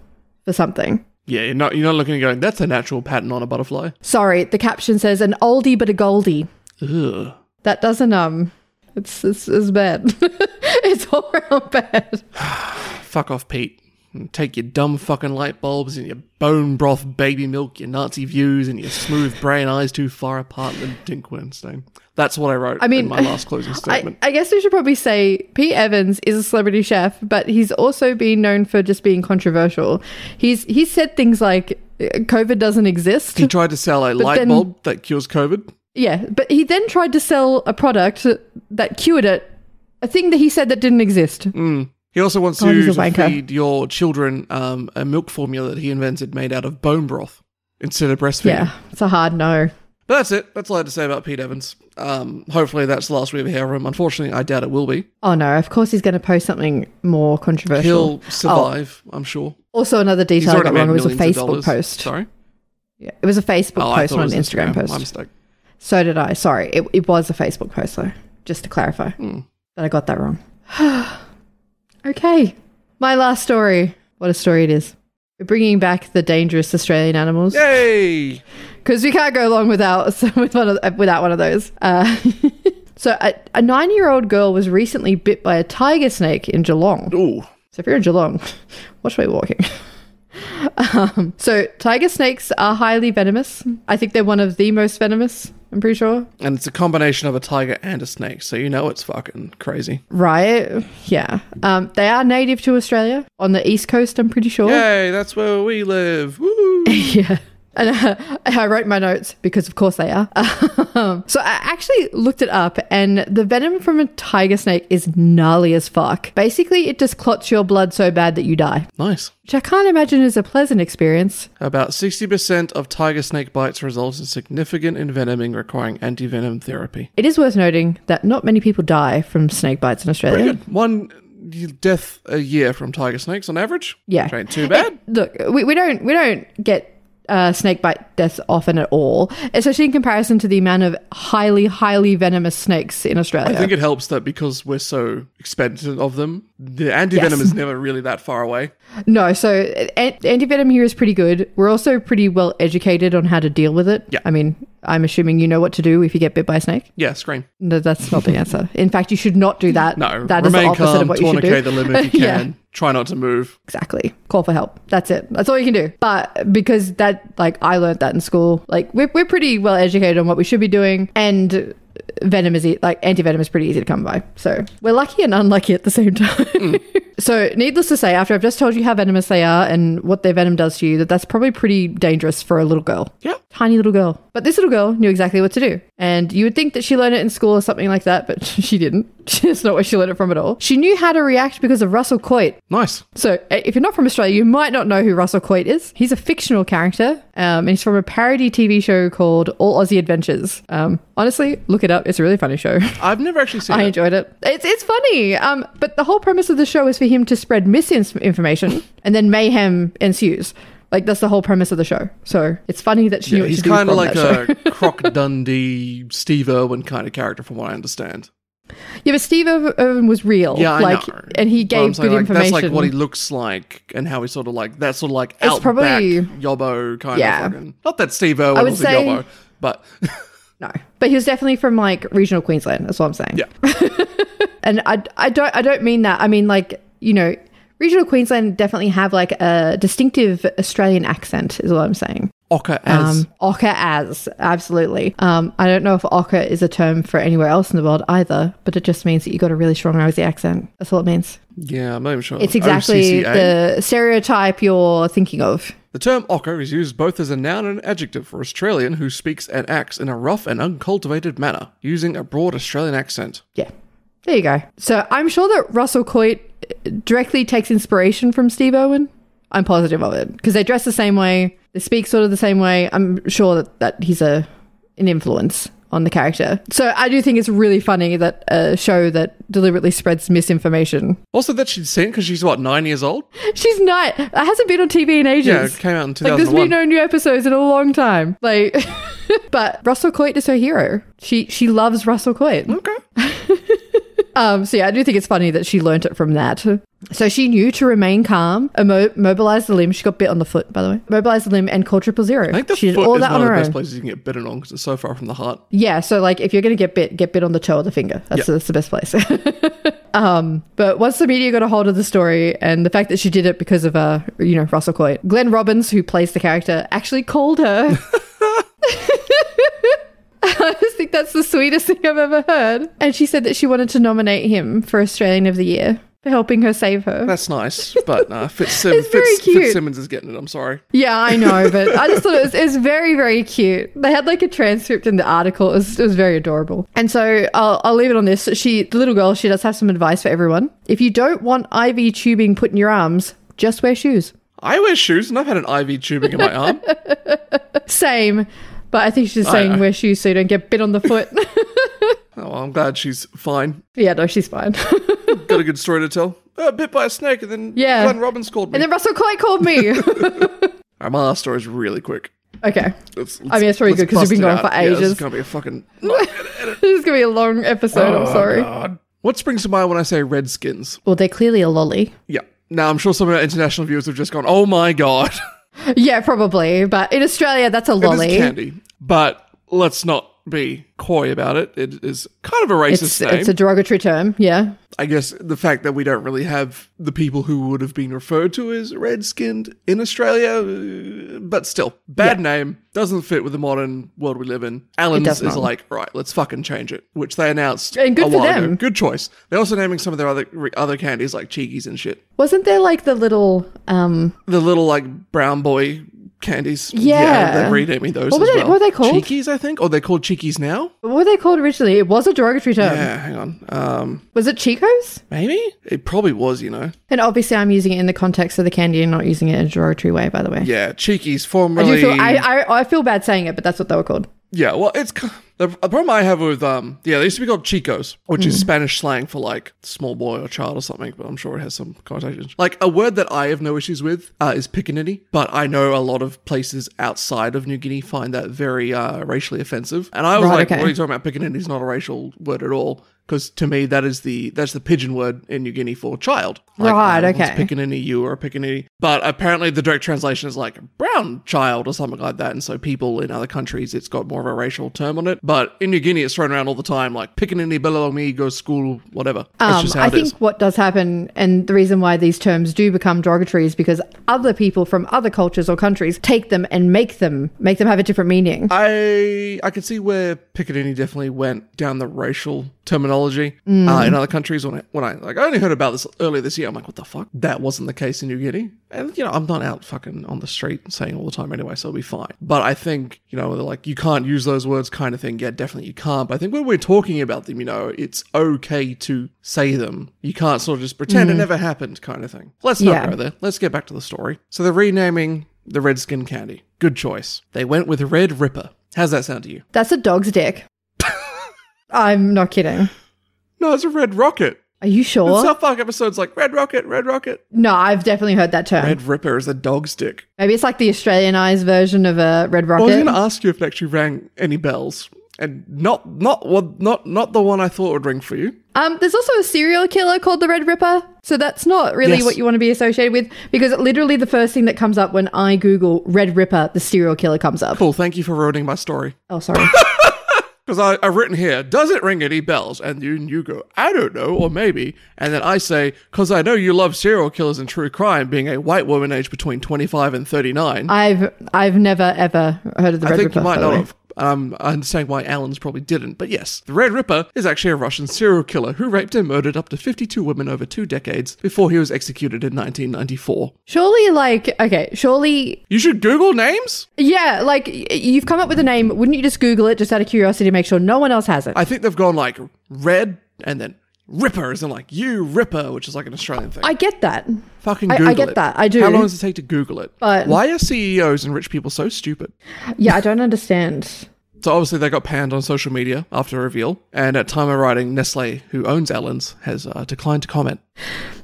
Speaker 2: for something."
Speaker 1: Yeah, you're not. You're not looking and going. That's a natural pattern on a butterfly.
Speaker 2: Sorry, the caption says an oldie but a goldie.
Speaker 1: Ugh.
Speaker 2: That doesn't um, it's it's, it's bad. it's all around bad.
Speaker 1: Fuck off, Pete. And take your dumb fucking light bulbs and your bone broth baby milk, your Nazi views, and your smooth brain eyes too far apart than Dink Weinstein. That's what I wrote I
Speaker 2: mean,
Speaker 1: in my last closing
Speaker 2: I,
Speaker 1: statement.
Speaker 2: I guess we should probably say Pete Evans is a celebrity chef, but he's also been known for just being controversial. He's he's said things like uh, COVID doesn't exist.
Speaker 1: he tried to sell a light
Speaker 2: then-
Speaker 1: bulb that cures COVID.
Speaker 2: Yeah, but he then tried to sell a product that cured it, a thing that he said that didn't exist.
Speaker 1: Mm-hmm. He also wants
Speaker 2: God, he's
Speaker 1: you
Speaker 2: a
Speaker 1: to
Speaker 2: wanker.
Speaker 1: feed your children um, a milk formula that he invented made out of bone broth instead of breastfeeding.
Speaker 2: Yeah, it's a hard no.
Speaker 1: But that's it. That's all I had to say about Pete Evans. Um, hopefully, that's the last we ever hear of him. Unfortunately, I doubt it will be.
Speaker 2: Oh no, of course he's going to post something more controversial.
Speaker 1: He'll survive, I'm sure.
Speaker 2: Also, another
Speaker 1: He's
Speaker 2: detail Oh. I
Speaker 1: already
Speaker 2: got
Speaker 1: made
Speaker 2: wrong it was a
Speaker 1: millions of
Speaker 2: Facebook
Speaker 1: dollars.
Speaker 2: post.
Speaker 1: Sorry. Oh,
Speaker 2: Yeah, it was a Facebook
Speaker 1: I
Speaker 2: post,
Speaker 1: thought it
Speaker 2: not an
Speaker 1: was
Speaker 2: Instagram,
Speaker 1: My
Speaker 2: post.
Speaker 1: mistake.
Speaker 2: So did I. Sorry, it, it was a Facebook post though. Just to clarify that I got that wrong. okay, my last story. What a story it is. We're bringing back the dangerous Australian animals
Speaker 1: Yay!
Speaker 2: because we can't go long without with one of, without one of those. Uh, so a, a nine year old girl was recently bit by a tiger snake in Geelong.
Speaker 1: Ooh.
Speaker 2: So if you're in Geelong, watch where you're walking. um, so tiger snakes are highly venomous. I think they're one of the most venomous. I'm pretty sure.
Speaker 1: And it's a combination of a tiger and a snake, so you know it's fucking crazy.
Speaker 2: Right? Yeah. Um, they are native to Australia on the east coast. I'm pretty sure.
Speaker 1: Yay, that's where we live. Woo!
Speaker 2: yeah. And uh, I wrote my notes because, of course, they are. Um, so I actually looked it up, and the venom from a tiger snake is gnarly as fuck. Basically, it just clots your blood so bad that you die,
Speaker 1: Nice.
Speaker 2: which I can't imagine is a pleasant experience.
Speaker 1: About 60% of tiger snake bites result in significant envenoming requiring anti venom therapy.
Speaker 2: It is worth noting that not many people die from snake bites in Australia.
Speaker 1: Pretty good. One death a year from tiger snakes on average.
Speaker 2: Yeah.
Speaker 1: Which ain't too bad.
Speaker 2: look we, we don't we don't get uh, snake bite deaths often at all especially in comparison to the amount of highly highly venomous snakes in australia
Speaker 1: I think it helps that because we're so expendant of them, the anti venom is never really that far away.
Speaker 2: no so an- anti-venom here is pretty good we're also pretty well educated on how to deal with it
Speaker 1: Yeah.
Speaker 2: i mean i'm assuming you know what to do if you get bit by a snake
Speaker 1: Yeah, scream.
Speaker 2: no that's not the answer in fact you should not do that
Speaker 1: No,
Speaker 2: that is the
Speaker 1: remain
Speaker 2: opposite
Speaker 1: calm,
Speaker 2: of what you should
Speaker 1: tourniquet the
Speaker 2: do
Speaker 1: limb if you
Speaker 2: Yeah.
Speaker 1: can. Try not to move.
Speaker 2: exactly call for help that's it that's all you can do but because that like i learned that in school like we're, we're pretty well educated on what we should be doing and venom is e- like anti-venom is pretty easy to come by so we're lucky and unlucky at the same time so needless to say after i've just told you how venomous they are and what their venom does to you that that's probably pretty dangerous for a little girl
Speaker 1: Yeah.
Speaker 2: tiny little girl but this little girl knew exactly what to do and you would think that she learned it in school or something like that but she didn't it's not where she learned it from at all she knew how to react because of russell coit
Speaker 1: Nice.
Speaker 2: so, uh, if you're not from Australia, you might not know who Russell Coit is. He's a fictional character, um, and he's from a parody TV show called All Aussie Adventures. Um, honestly, look it up; it's a really funny show.
Speaker 1: I've never actually seen
Speaker 2: I
Speaker 1: it.
Speaker 2: enjoyed it. It's it's funny, um, but the whole premise of the show is for him to spread misinformation, and then mayhem ensues. Like that's the whole premise of the show. So it's funny that she knew
Speaker 1: Yeah,
Speaker 2: what
Speaker 1: he's
Speaker 2: to do
Speaker 1: kind of
Speaker 2: from
Speaker 1: like
Speaker 2: that show.
Speaker 1: a Croc Dundee, Steve Irwin kind of character, from what I understand.
Speaker 2: yeah, but Steve Ir- Irwin was real.
Speaker 1: Yeah, I
Speaker 2: like,
Speaker 1: know.
Speaker 2: and he
Speaker 1: But I'm
Speaker 2: gave
Speaker 1: saying,
Speaker 2: good
Speaker 1: like,
Speaker 2: information.
Speaker 1: That's like what he looks like, and how he's sort of like that sort of like
Speaker 2: It's
Speaker 1: outback
Speaker 2: probably-
Speaker 1: yobbo kind
Speaker 2: Yeah.
Speaker 1: of fucking. Not that Steve Irwin
Speaker 2: would
Speaker 1: was
Speaker 2: say-
Speaker 1: a yobbo, but
Speaker 2: No, but he was definitely from like regional Queensland. That's what I'm saying.
Speaker 1: yeah,
Speaker 2: and I, I don't I don't mean that. I mean like you know, regional Queensland definitely have like a distinctive Australian accent, is what I'm saying.
Speaker 1: Ocker as
Speaker 2: Um, ochre as absolutely. Um, I don't know if ochre is a term for anywhere else in the world either, but it just means that you got a really strong Aussie accent. That's all it means.
Speaker 1: yeah, I'm not even sure.
Speaker 2: It's exactly
Speaker 1: OCCA.
Speaker 2: the stereotype you're thinking of.
Speaker 1: The term ocker is used both as a noun and an adjective for Australian who speaks and acts in a rough and uncultivated manner, using a broad Australian accent.
Speaker 2: Yeah. There you go. So I'm sure that Russell Coit uh, directly takes inspiration from Steve Irwin. I'm positive of it because they dress the same way, they speak sort of the same way. I'm sure that, that he's a an influence on the character. So I do think it's really funny that a show that deliberately spreads misinformation.
Speaker 1: Also, that she'd seen because she's what nine years old.
Speaker 2: She's not. It hasn't been on TV in
Speaker 1: Yeah, it
Speaker 2: ages.
Speaker 1: came out in
Speaker 2: like there's
Speaker 1: 2001.
Speaker 2: been no new episodes in a long time. Like, but Russell Coit is her hero. She she loves Russell Coit.
Speaker 1: okay.
Speaker 2: Um, so yeah, I do think it's funny that she learnt it from that. So she knew to remain calm, immo- mobilize the limb. She got bit on the foot, by the way. Mobilize the limb and call triple zero.
Speaker 1: I think the
Speaker 2: she did
Speaker 1: foot
Speaker 2: all
Speaker 1: is
Speaker 2: that
Speaker 1: one
Speaker 2: on
Speaker 1: of the
Speaker 2: her
Speaker 1: best
Speaker 2: own.
Speaker 1: places you can get bitten on because it's so far from the heart.
Speaker 2: Yeah, so like if you're gonna get bit, get bit on the toe or the finger. That's, that's the best place. um, but once the media got a hold of the story and the fact that she did it because of uh, you know, Russell Coit, Glenn Robbins, who plays the character, actually called her. I just think that's the sweetest thing I've ever heard. And she said that she wanted to nominate him for Australian of the Year for helping her save her.
Speaker 1: That's nice, but uh, Fitzsim-
Speaker 2: It's very
Speaker 1: Fitz-
Speaker 2: cute.
Speaker 1: Fitzsimmons is getting it. I'm sorry.
Speaker 2: Yeah, I know, but I just thought it was, it was very, very cute. They had like a transcript in the article. It was, it was very adorable. And so I'll, I'll leave it on this. She, the little girl, she does have some advice for everyone. If you don't want IV tubing put in your arms, just wear shoes.
Speaker 1: I wear shoes and I've had an IV tubing in my arm. Oh,
Speaker 2: Same, but I think she's
Speaker 1: I
Speaker 2: saying
Speaker 1: know.
Speaker 2: wear shoes so you don't get bit on the foot.
Speaker 1: Oh, well, I'm glad she's fine.
Speaker 2: yeah, no, she's fine.
Speaker 1: Got a good story to tell. Uh, bit by a snake, and then
Speaker 2: Yeah.
Speaker 1: Glenn Robbins called me.
Speaker 2: and then Russell Coy called me.
Speaker 1: All right, my last story's really quick.
Speaker 2: okay.
Speaker 1: Let's-
Speaker 2: mean, it's pretty
Speaker 1: let's
Speaker 2: good 'cause we've
Speaker 1: bust it
Speaker 2: been going for
Speaker 1: out. Yeah, this
Speaker 2: ages.
Speaker 1: is gonna be a fucking.
Speaker 2: This is going to be a long episode.
Speaker 1: Oh,
Speaker 2: I'm sorry.
Speaker 1: What springs to mind when I say Redskins?
Speaker 2: Well, they're clearly a lolly.
Speaker 1: Yeah. Now I'm sure some of our international viewers have just gone, "Oh my god,
Speaker 2: Yeah, probably. But in Australia, that's a lolly.
Speaker 1: it is candy." But let's not be coy about it. It is kind of a racist
Speaker 2: it's,
Speaker 1: name.
Speaker 2: it's a derogatory term. Yeah.
Speaker 1: I guess the fact that we don't really have the people who would have been referred to as red skinned in Australia, uh, but still, bad name, doesn't fit with the modern world we live in. Allen's
Speaker 2: does
Speaker 1: is
Speaker 2: not.
Speaker 1: like, right, let's fucking change it, which they announced
Speaker 2: And good
Speaker 1: a
Speaker 2: for
Speaker 1: while ago.
Speaker 2: them.
Speaker 1: Good choice. They're also naming some of their other re- other candies like cheekies and shit.
Speaker 2: Wasn't there like the little um
Speaker 1: The little like brown boy candies.
Speaker 2: Yeah.
Speaker 1: they renaming those as
Speaker 2: What were they-
Speaker 1: well.
Speaker 2: what were they called?
Speaker 1: Cheekies, I think, or they're called cheekies now.
Speaker 2: What were they called originally? It was a derogatory term.
Speaker 1: Yeah, hang on. Um,
Speaker 2: Was it Chico's?
Speaker 1: maybe it probably was. You know,
Speaker 2: And obviously, I'm using it in the context of the candy and not using it in a derogatory way. By the way,
Speaker 1: yeah, cheekies
Speaker 2: I
Speaker 1: formerly.
Speaker 2: do feel I, I I feel bad saying it, but that's what they were called.
Speaker 1: Yeah, well, it's k- the the problem I have with um, yeah, they used to be called chicos, which
Speaker 2: Mm.
Speaker 1: is Spanish slang for like small boy or child or something, but I'm sure it has some connotations. Like a word that I have no issues with uh, is pickaninny, but I know a lot of places outside of New Guinea find that very uh, racially offensive, and I was
Speaker 2: Right,
Speaker 1: like,
Speaker 2: okay.
Speaker 1: what are you talking about? Pickaninny is not a racial word at all. Because to me, that is the that's the pigeon word in New Guinea for child. Like,
Speaker 2: Right,
Speaker 1: oh, it's
Speaker 2: okay.
Speaker 1: Pickaninny, you or a pickaninny. But apparently, the direct translation is like brown child or something like that. And so, people in other countries, it's got more of a racial term on it. But in New Guinea, it's thrown around all the time like pickaninny, below me, go school, whatever. That's
Speaker 2: Um,
Speaker 1: just how
Speaker 2: I
Speaker 1: it is.
Speaker 2: think what does happen, and the reason why these terms do become derogatory is because other people from other cultures or countries take them and make them make them have a different meaning.
Speaker 1: I I can see where Piccaninny definitely went down the racial terminology uh, in other countries. When I, when I like I only heard about this earlier this year, I'm like, what the fuck? That wasn't the case in New Guinea. And you know, I'm not out fucking on the street saying all the time anyway, so it'll be fine. But I think you know, they're like you can't use those words, kind of thing. Yeah, definitely you can't. But I think when we're talking about them, you know, it's okay to say them. You can't sort of just pretend it never happened, kind of thing. Let's not
Speaker 2: Yeah.
Speaker 1: go there. Let's get back to the story. So they're renaming the Redskin candy. Good choice. They went with Red Ripper. How's that sound to you?
Speaker 2: That's a dog's dick. I'm not kidding.
Speaker 1: No, it's a Red Rocket.
Speaker 2: Are you
Speaker 1: The
Speaker 2: sure?
Speaker 1: South Park episode's like Red Rocket, Red Rocket.
Speaker 2: no, I've definitely heard that term.
Speaker 1: Red Ripper is a dog stick.
Speaker 2: Maybe it's like the Australianized version of a red
Speaker 1: I was
Speaker 2: rocket.
Speaker 1: going to ask you if it actually rang any bells, and not not what not not the one I thought would ring for you.
Speaker 2: Um, there's also a serial killer called the Red Ripper, so that's not really
Speaker 1: Yes.
Speaker 2: what you want to be associated with because literally the first thing that comes up when I Google Red Ripper, the serial killer comes up.
Speaker 1: Cool. Thank you for ruining my story.
Speaker 2: Oh, sorry.
Speaker 1: Because I've written here, does it ring any bells? And you, you go, I don't know, or maybe. And then I say, because I know you love serial killers and true crime, being a white woman aged between 25 and 39. I,
Speaker 2: I've I've never ever heard of the Red
Speaker 1: think
Speaker 2: Ripper.
Speaker 1: you might
Speaker 2: by the
Speaker 1: not
Speaker 2: way.
Speaker 1: have. Um, I understand why Alan's probably didn't, but yes, the Red Ripper is actually a Russian serial killer who raped and murdered up to 52 women over two decades before he was executed in 1994.
Speaker 2: Surely, like, okay, surely,
Speaker 1: You should Google names?
Speaker 2: yeah, like y- you've come up with a name. Wouldn't you just Google it just out of curiosity to make sure no one else has it?
Speaker 1: I think they've gone like red and then Ripper, as in like you Ripper, which is like an Australian thing.
Speaker 2: I get that.
Speaker 1: Fucking
Speaker 2: I- I
Speaker 1: Google
Speaker 2: get
Speaker 1: it.
Speaker 2: that. I do.
Speaker 1: How long does it take to Google it?
Speaker 2: But-
Speaker 1: Why are CEOs and rich people so stupid?
Speaker 2: Yeah, I don't understand.
Speaker 1: So obviously they got panned on social media after a reveal, and at time of writing, Nestle, who owns Allen's, has uh, declined to comment.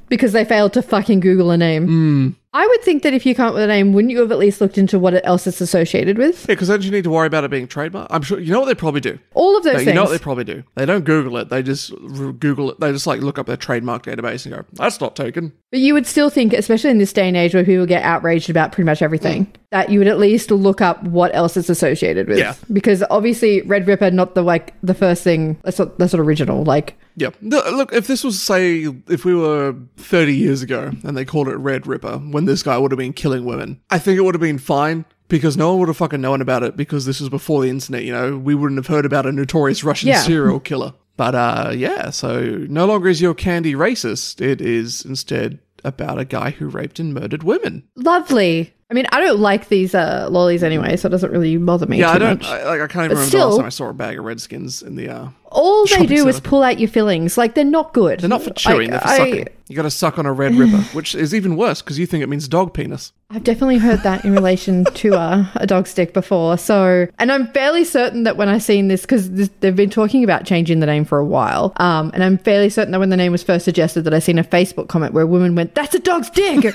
Speaker 2: because they failed to fucking Google a name.
Speaker 1: Hmm.
Speaker 2: I would think that if you come up with a name, wouldn't you have at least looked into what else it's associated with?
Speaker 1: Yeah, because don't you need to worry about it being trademark? I'm sure you know what they probably do.
Speaker 2: All of
Speaker 1: No,
Speaker 2: those
Speaker 1: you
Speaker 2: things.
Speaker 1: know what they probably do. They don't Google it. They just r- Google it. They just like look up their trademark database and go, "That's not taken."
Speaker 2: but you would still think, especially in this day and age where people get outraged about pretty much everything,
Speaker 1: Mm.
Speaker 2: that you would at least look up what else it's associated with.
Speaker 1: Yeah.
Speaker 2: Because obviously, Red Ripper, not the like the first thing. That's not that's not original. Like
Speaker 1: Yeah. No, Look, if this was, say, if we were 30 years ago and they called it Red Ripper, when this guy would have been killing women, I think it would have been fine because no one would have fucking known about it because this was before the internet, you know? We wouldn't have heard about a notorious Russian
Speaker 2: Yeah.
Speaker 1: serial killer. But uh, yeah, so no longer is your candy racist. It is instead about a guy who raped and murdered women.
Speaker 2: lovely. I mean, I don't like these uh, lollies anyway, so it doesn't really bother me.
Speaker 1: Yeah,
Speaker 2: too
Speaker 1: I don't,
Speaker 2: Much.
Speaker 1: I, like, I can't even remember the last
Speaker 2: still-
Speaker 1: time I saw a bag of Redskins in the, uh,
Speaker 2: All they
Speaker 1: Shopping
Speaker 2: do is
Speaker 1: centre.
Speaker 2: pull out your fillings. Like they're not good.
Speaker 1: they're not for chewing, they're for sucking. You gotta suck on a Red Ripper, which is even worse because you think it means dog penis.
Speaker 2: I've definitely heard that in relation to uh, a dog stick before. So, and I'm fairly certain that when I seen this, because they've been talking about changing the name for a while, um, and I'm fairly certain that when the name was first suggested, that I seen a Facebook comment where a woman went, "That's a dog's dick."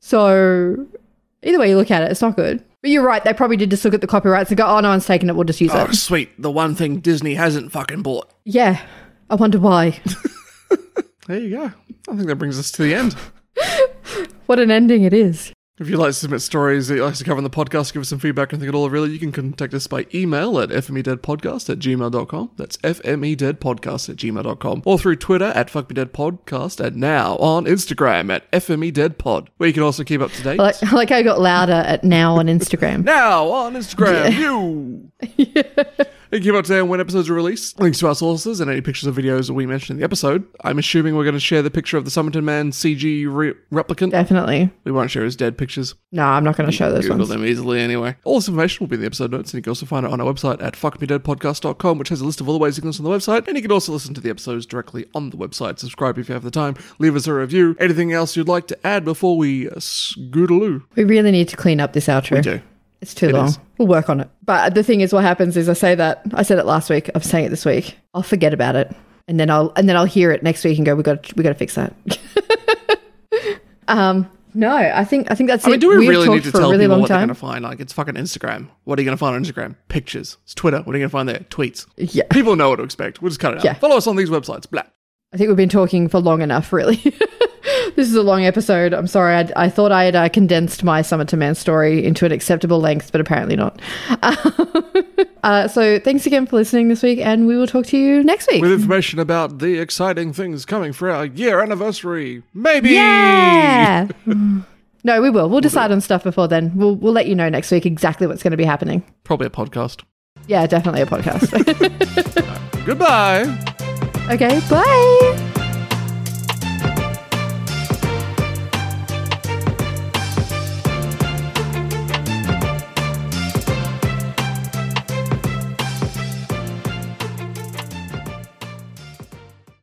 Speaker 2: so, either way you look at it, it's not good. But you're right; they probably did just look at the copyrights and go, "Oh, no one's taken it. We'll just use
Speaker 1: Oh,
Speaker 2: it."
Speaker 1: sweet. The one thing Disney hasn't fucking bought.
Speaker 2: Yeah, I wonder why.
Speaker 1: There you go. I think that brings us to the end.
Speaker 2: what an ending it is.
Speaker 1: If you'd like to submit stories that you'd like us to cover on the podcast, give us some feedback and think it all really, you can contact us by email at fmedeadpodcast at gmail.com. That's fmedeadpodcast at gmail.com. Or through Twitter at fuckmedeadpodcast and now on Instagram at fmedeadpod, where you can also keep up to date.
Speaker 2: I Like, I like how I got louder at now on Instagram.
Speaker 1: now on Instagram, you. It came out today on when episodes are released. Links to our sources and any pictures or videos that we mentioned in the episode. I'm assuming we're going to share the picture of the Summerton Man CG re- replicant.
Speaker 2: Definitely.
Speaker 1: We won't share his dead pictures.
Speaker 2: No, I'm not going to show those
Speaker 1: Google
Speaker 2: ones.
Speaker 1: them easily anyway. All this information will be in the episode notes, and you can also find it on our website at fuckmedeadpodcast.com, which has a list of all the ways you can listen to the website, and you can also listen to the episodes directly on the website. Subscribe if you have the time. Leave us a review. Anything else you'd like to add before we uh, scootaloo?
Speaker 2: We really need to clean up this outro.
Speaker 1: Do.
Speaker 2: It's too long.
Speaker 1: is.
Speaker 2: We'll work on it. But the thing is, what happens is I say that I said it last week. I'm saying it this week. I'll forget about it, and then I'll and then I'll hear it next week and go, we got to we got to fix that. um, no, I think I think that's
Speaker 1: I
Speaker 2: it.
Speaker 1: mean, do we
Speaker 2: We've
Speaker 1: really
Speaker 2: talked
Speaker 1: need to
Speaker 2: for a
Speaker 1: tell
Speaker 2: really
Speaker 1: people
Speaker 2: long
Speaker 1: what they're
Speaker 2: time.
Speaker 1: going to find? Like, it's fucking Instagram. What are you going to find on Instagram? Pictures. It's Twitter. What are you going to find there? Tweets.
Speaker 2: Yeah,
Speaker 1: People know what to expect. We'll just cut it out.
Speaker 2: Yeah.
Speaker 1: Follow us on these websites. Blah.
Speaker 2: I think we've been talking for long enough. Really, this is a long episode. I'm sorry. I, I thought I had uh, condensed my Summit to Man story into an acceptable length, but apparently not. uh, so thanks again for listening this week, and we will talk to you next week.
Speaker 1: With information about the exciting things coming for our year anniversary. Maybe.
Speaker 2: Yeah. no, we will. We'll decide on stuff before then. We'll we'll let you know next week exactly what's going to be happening.
Speaker 1: Probably a podcast.
Speaker 2: Yeah, definitely a podcast.
Speaker 1: Goodbye.
Speaker 2: okay, bye.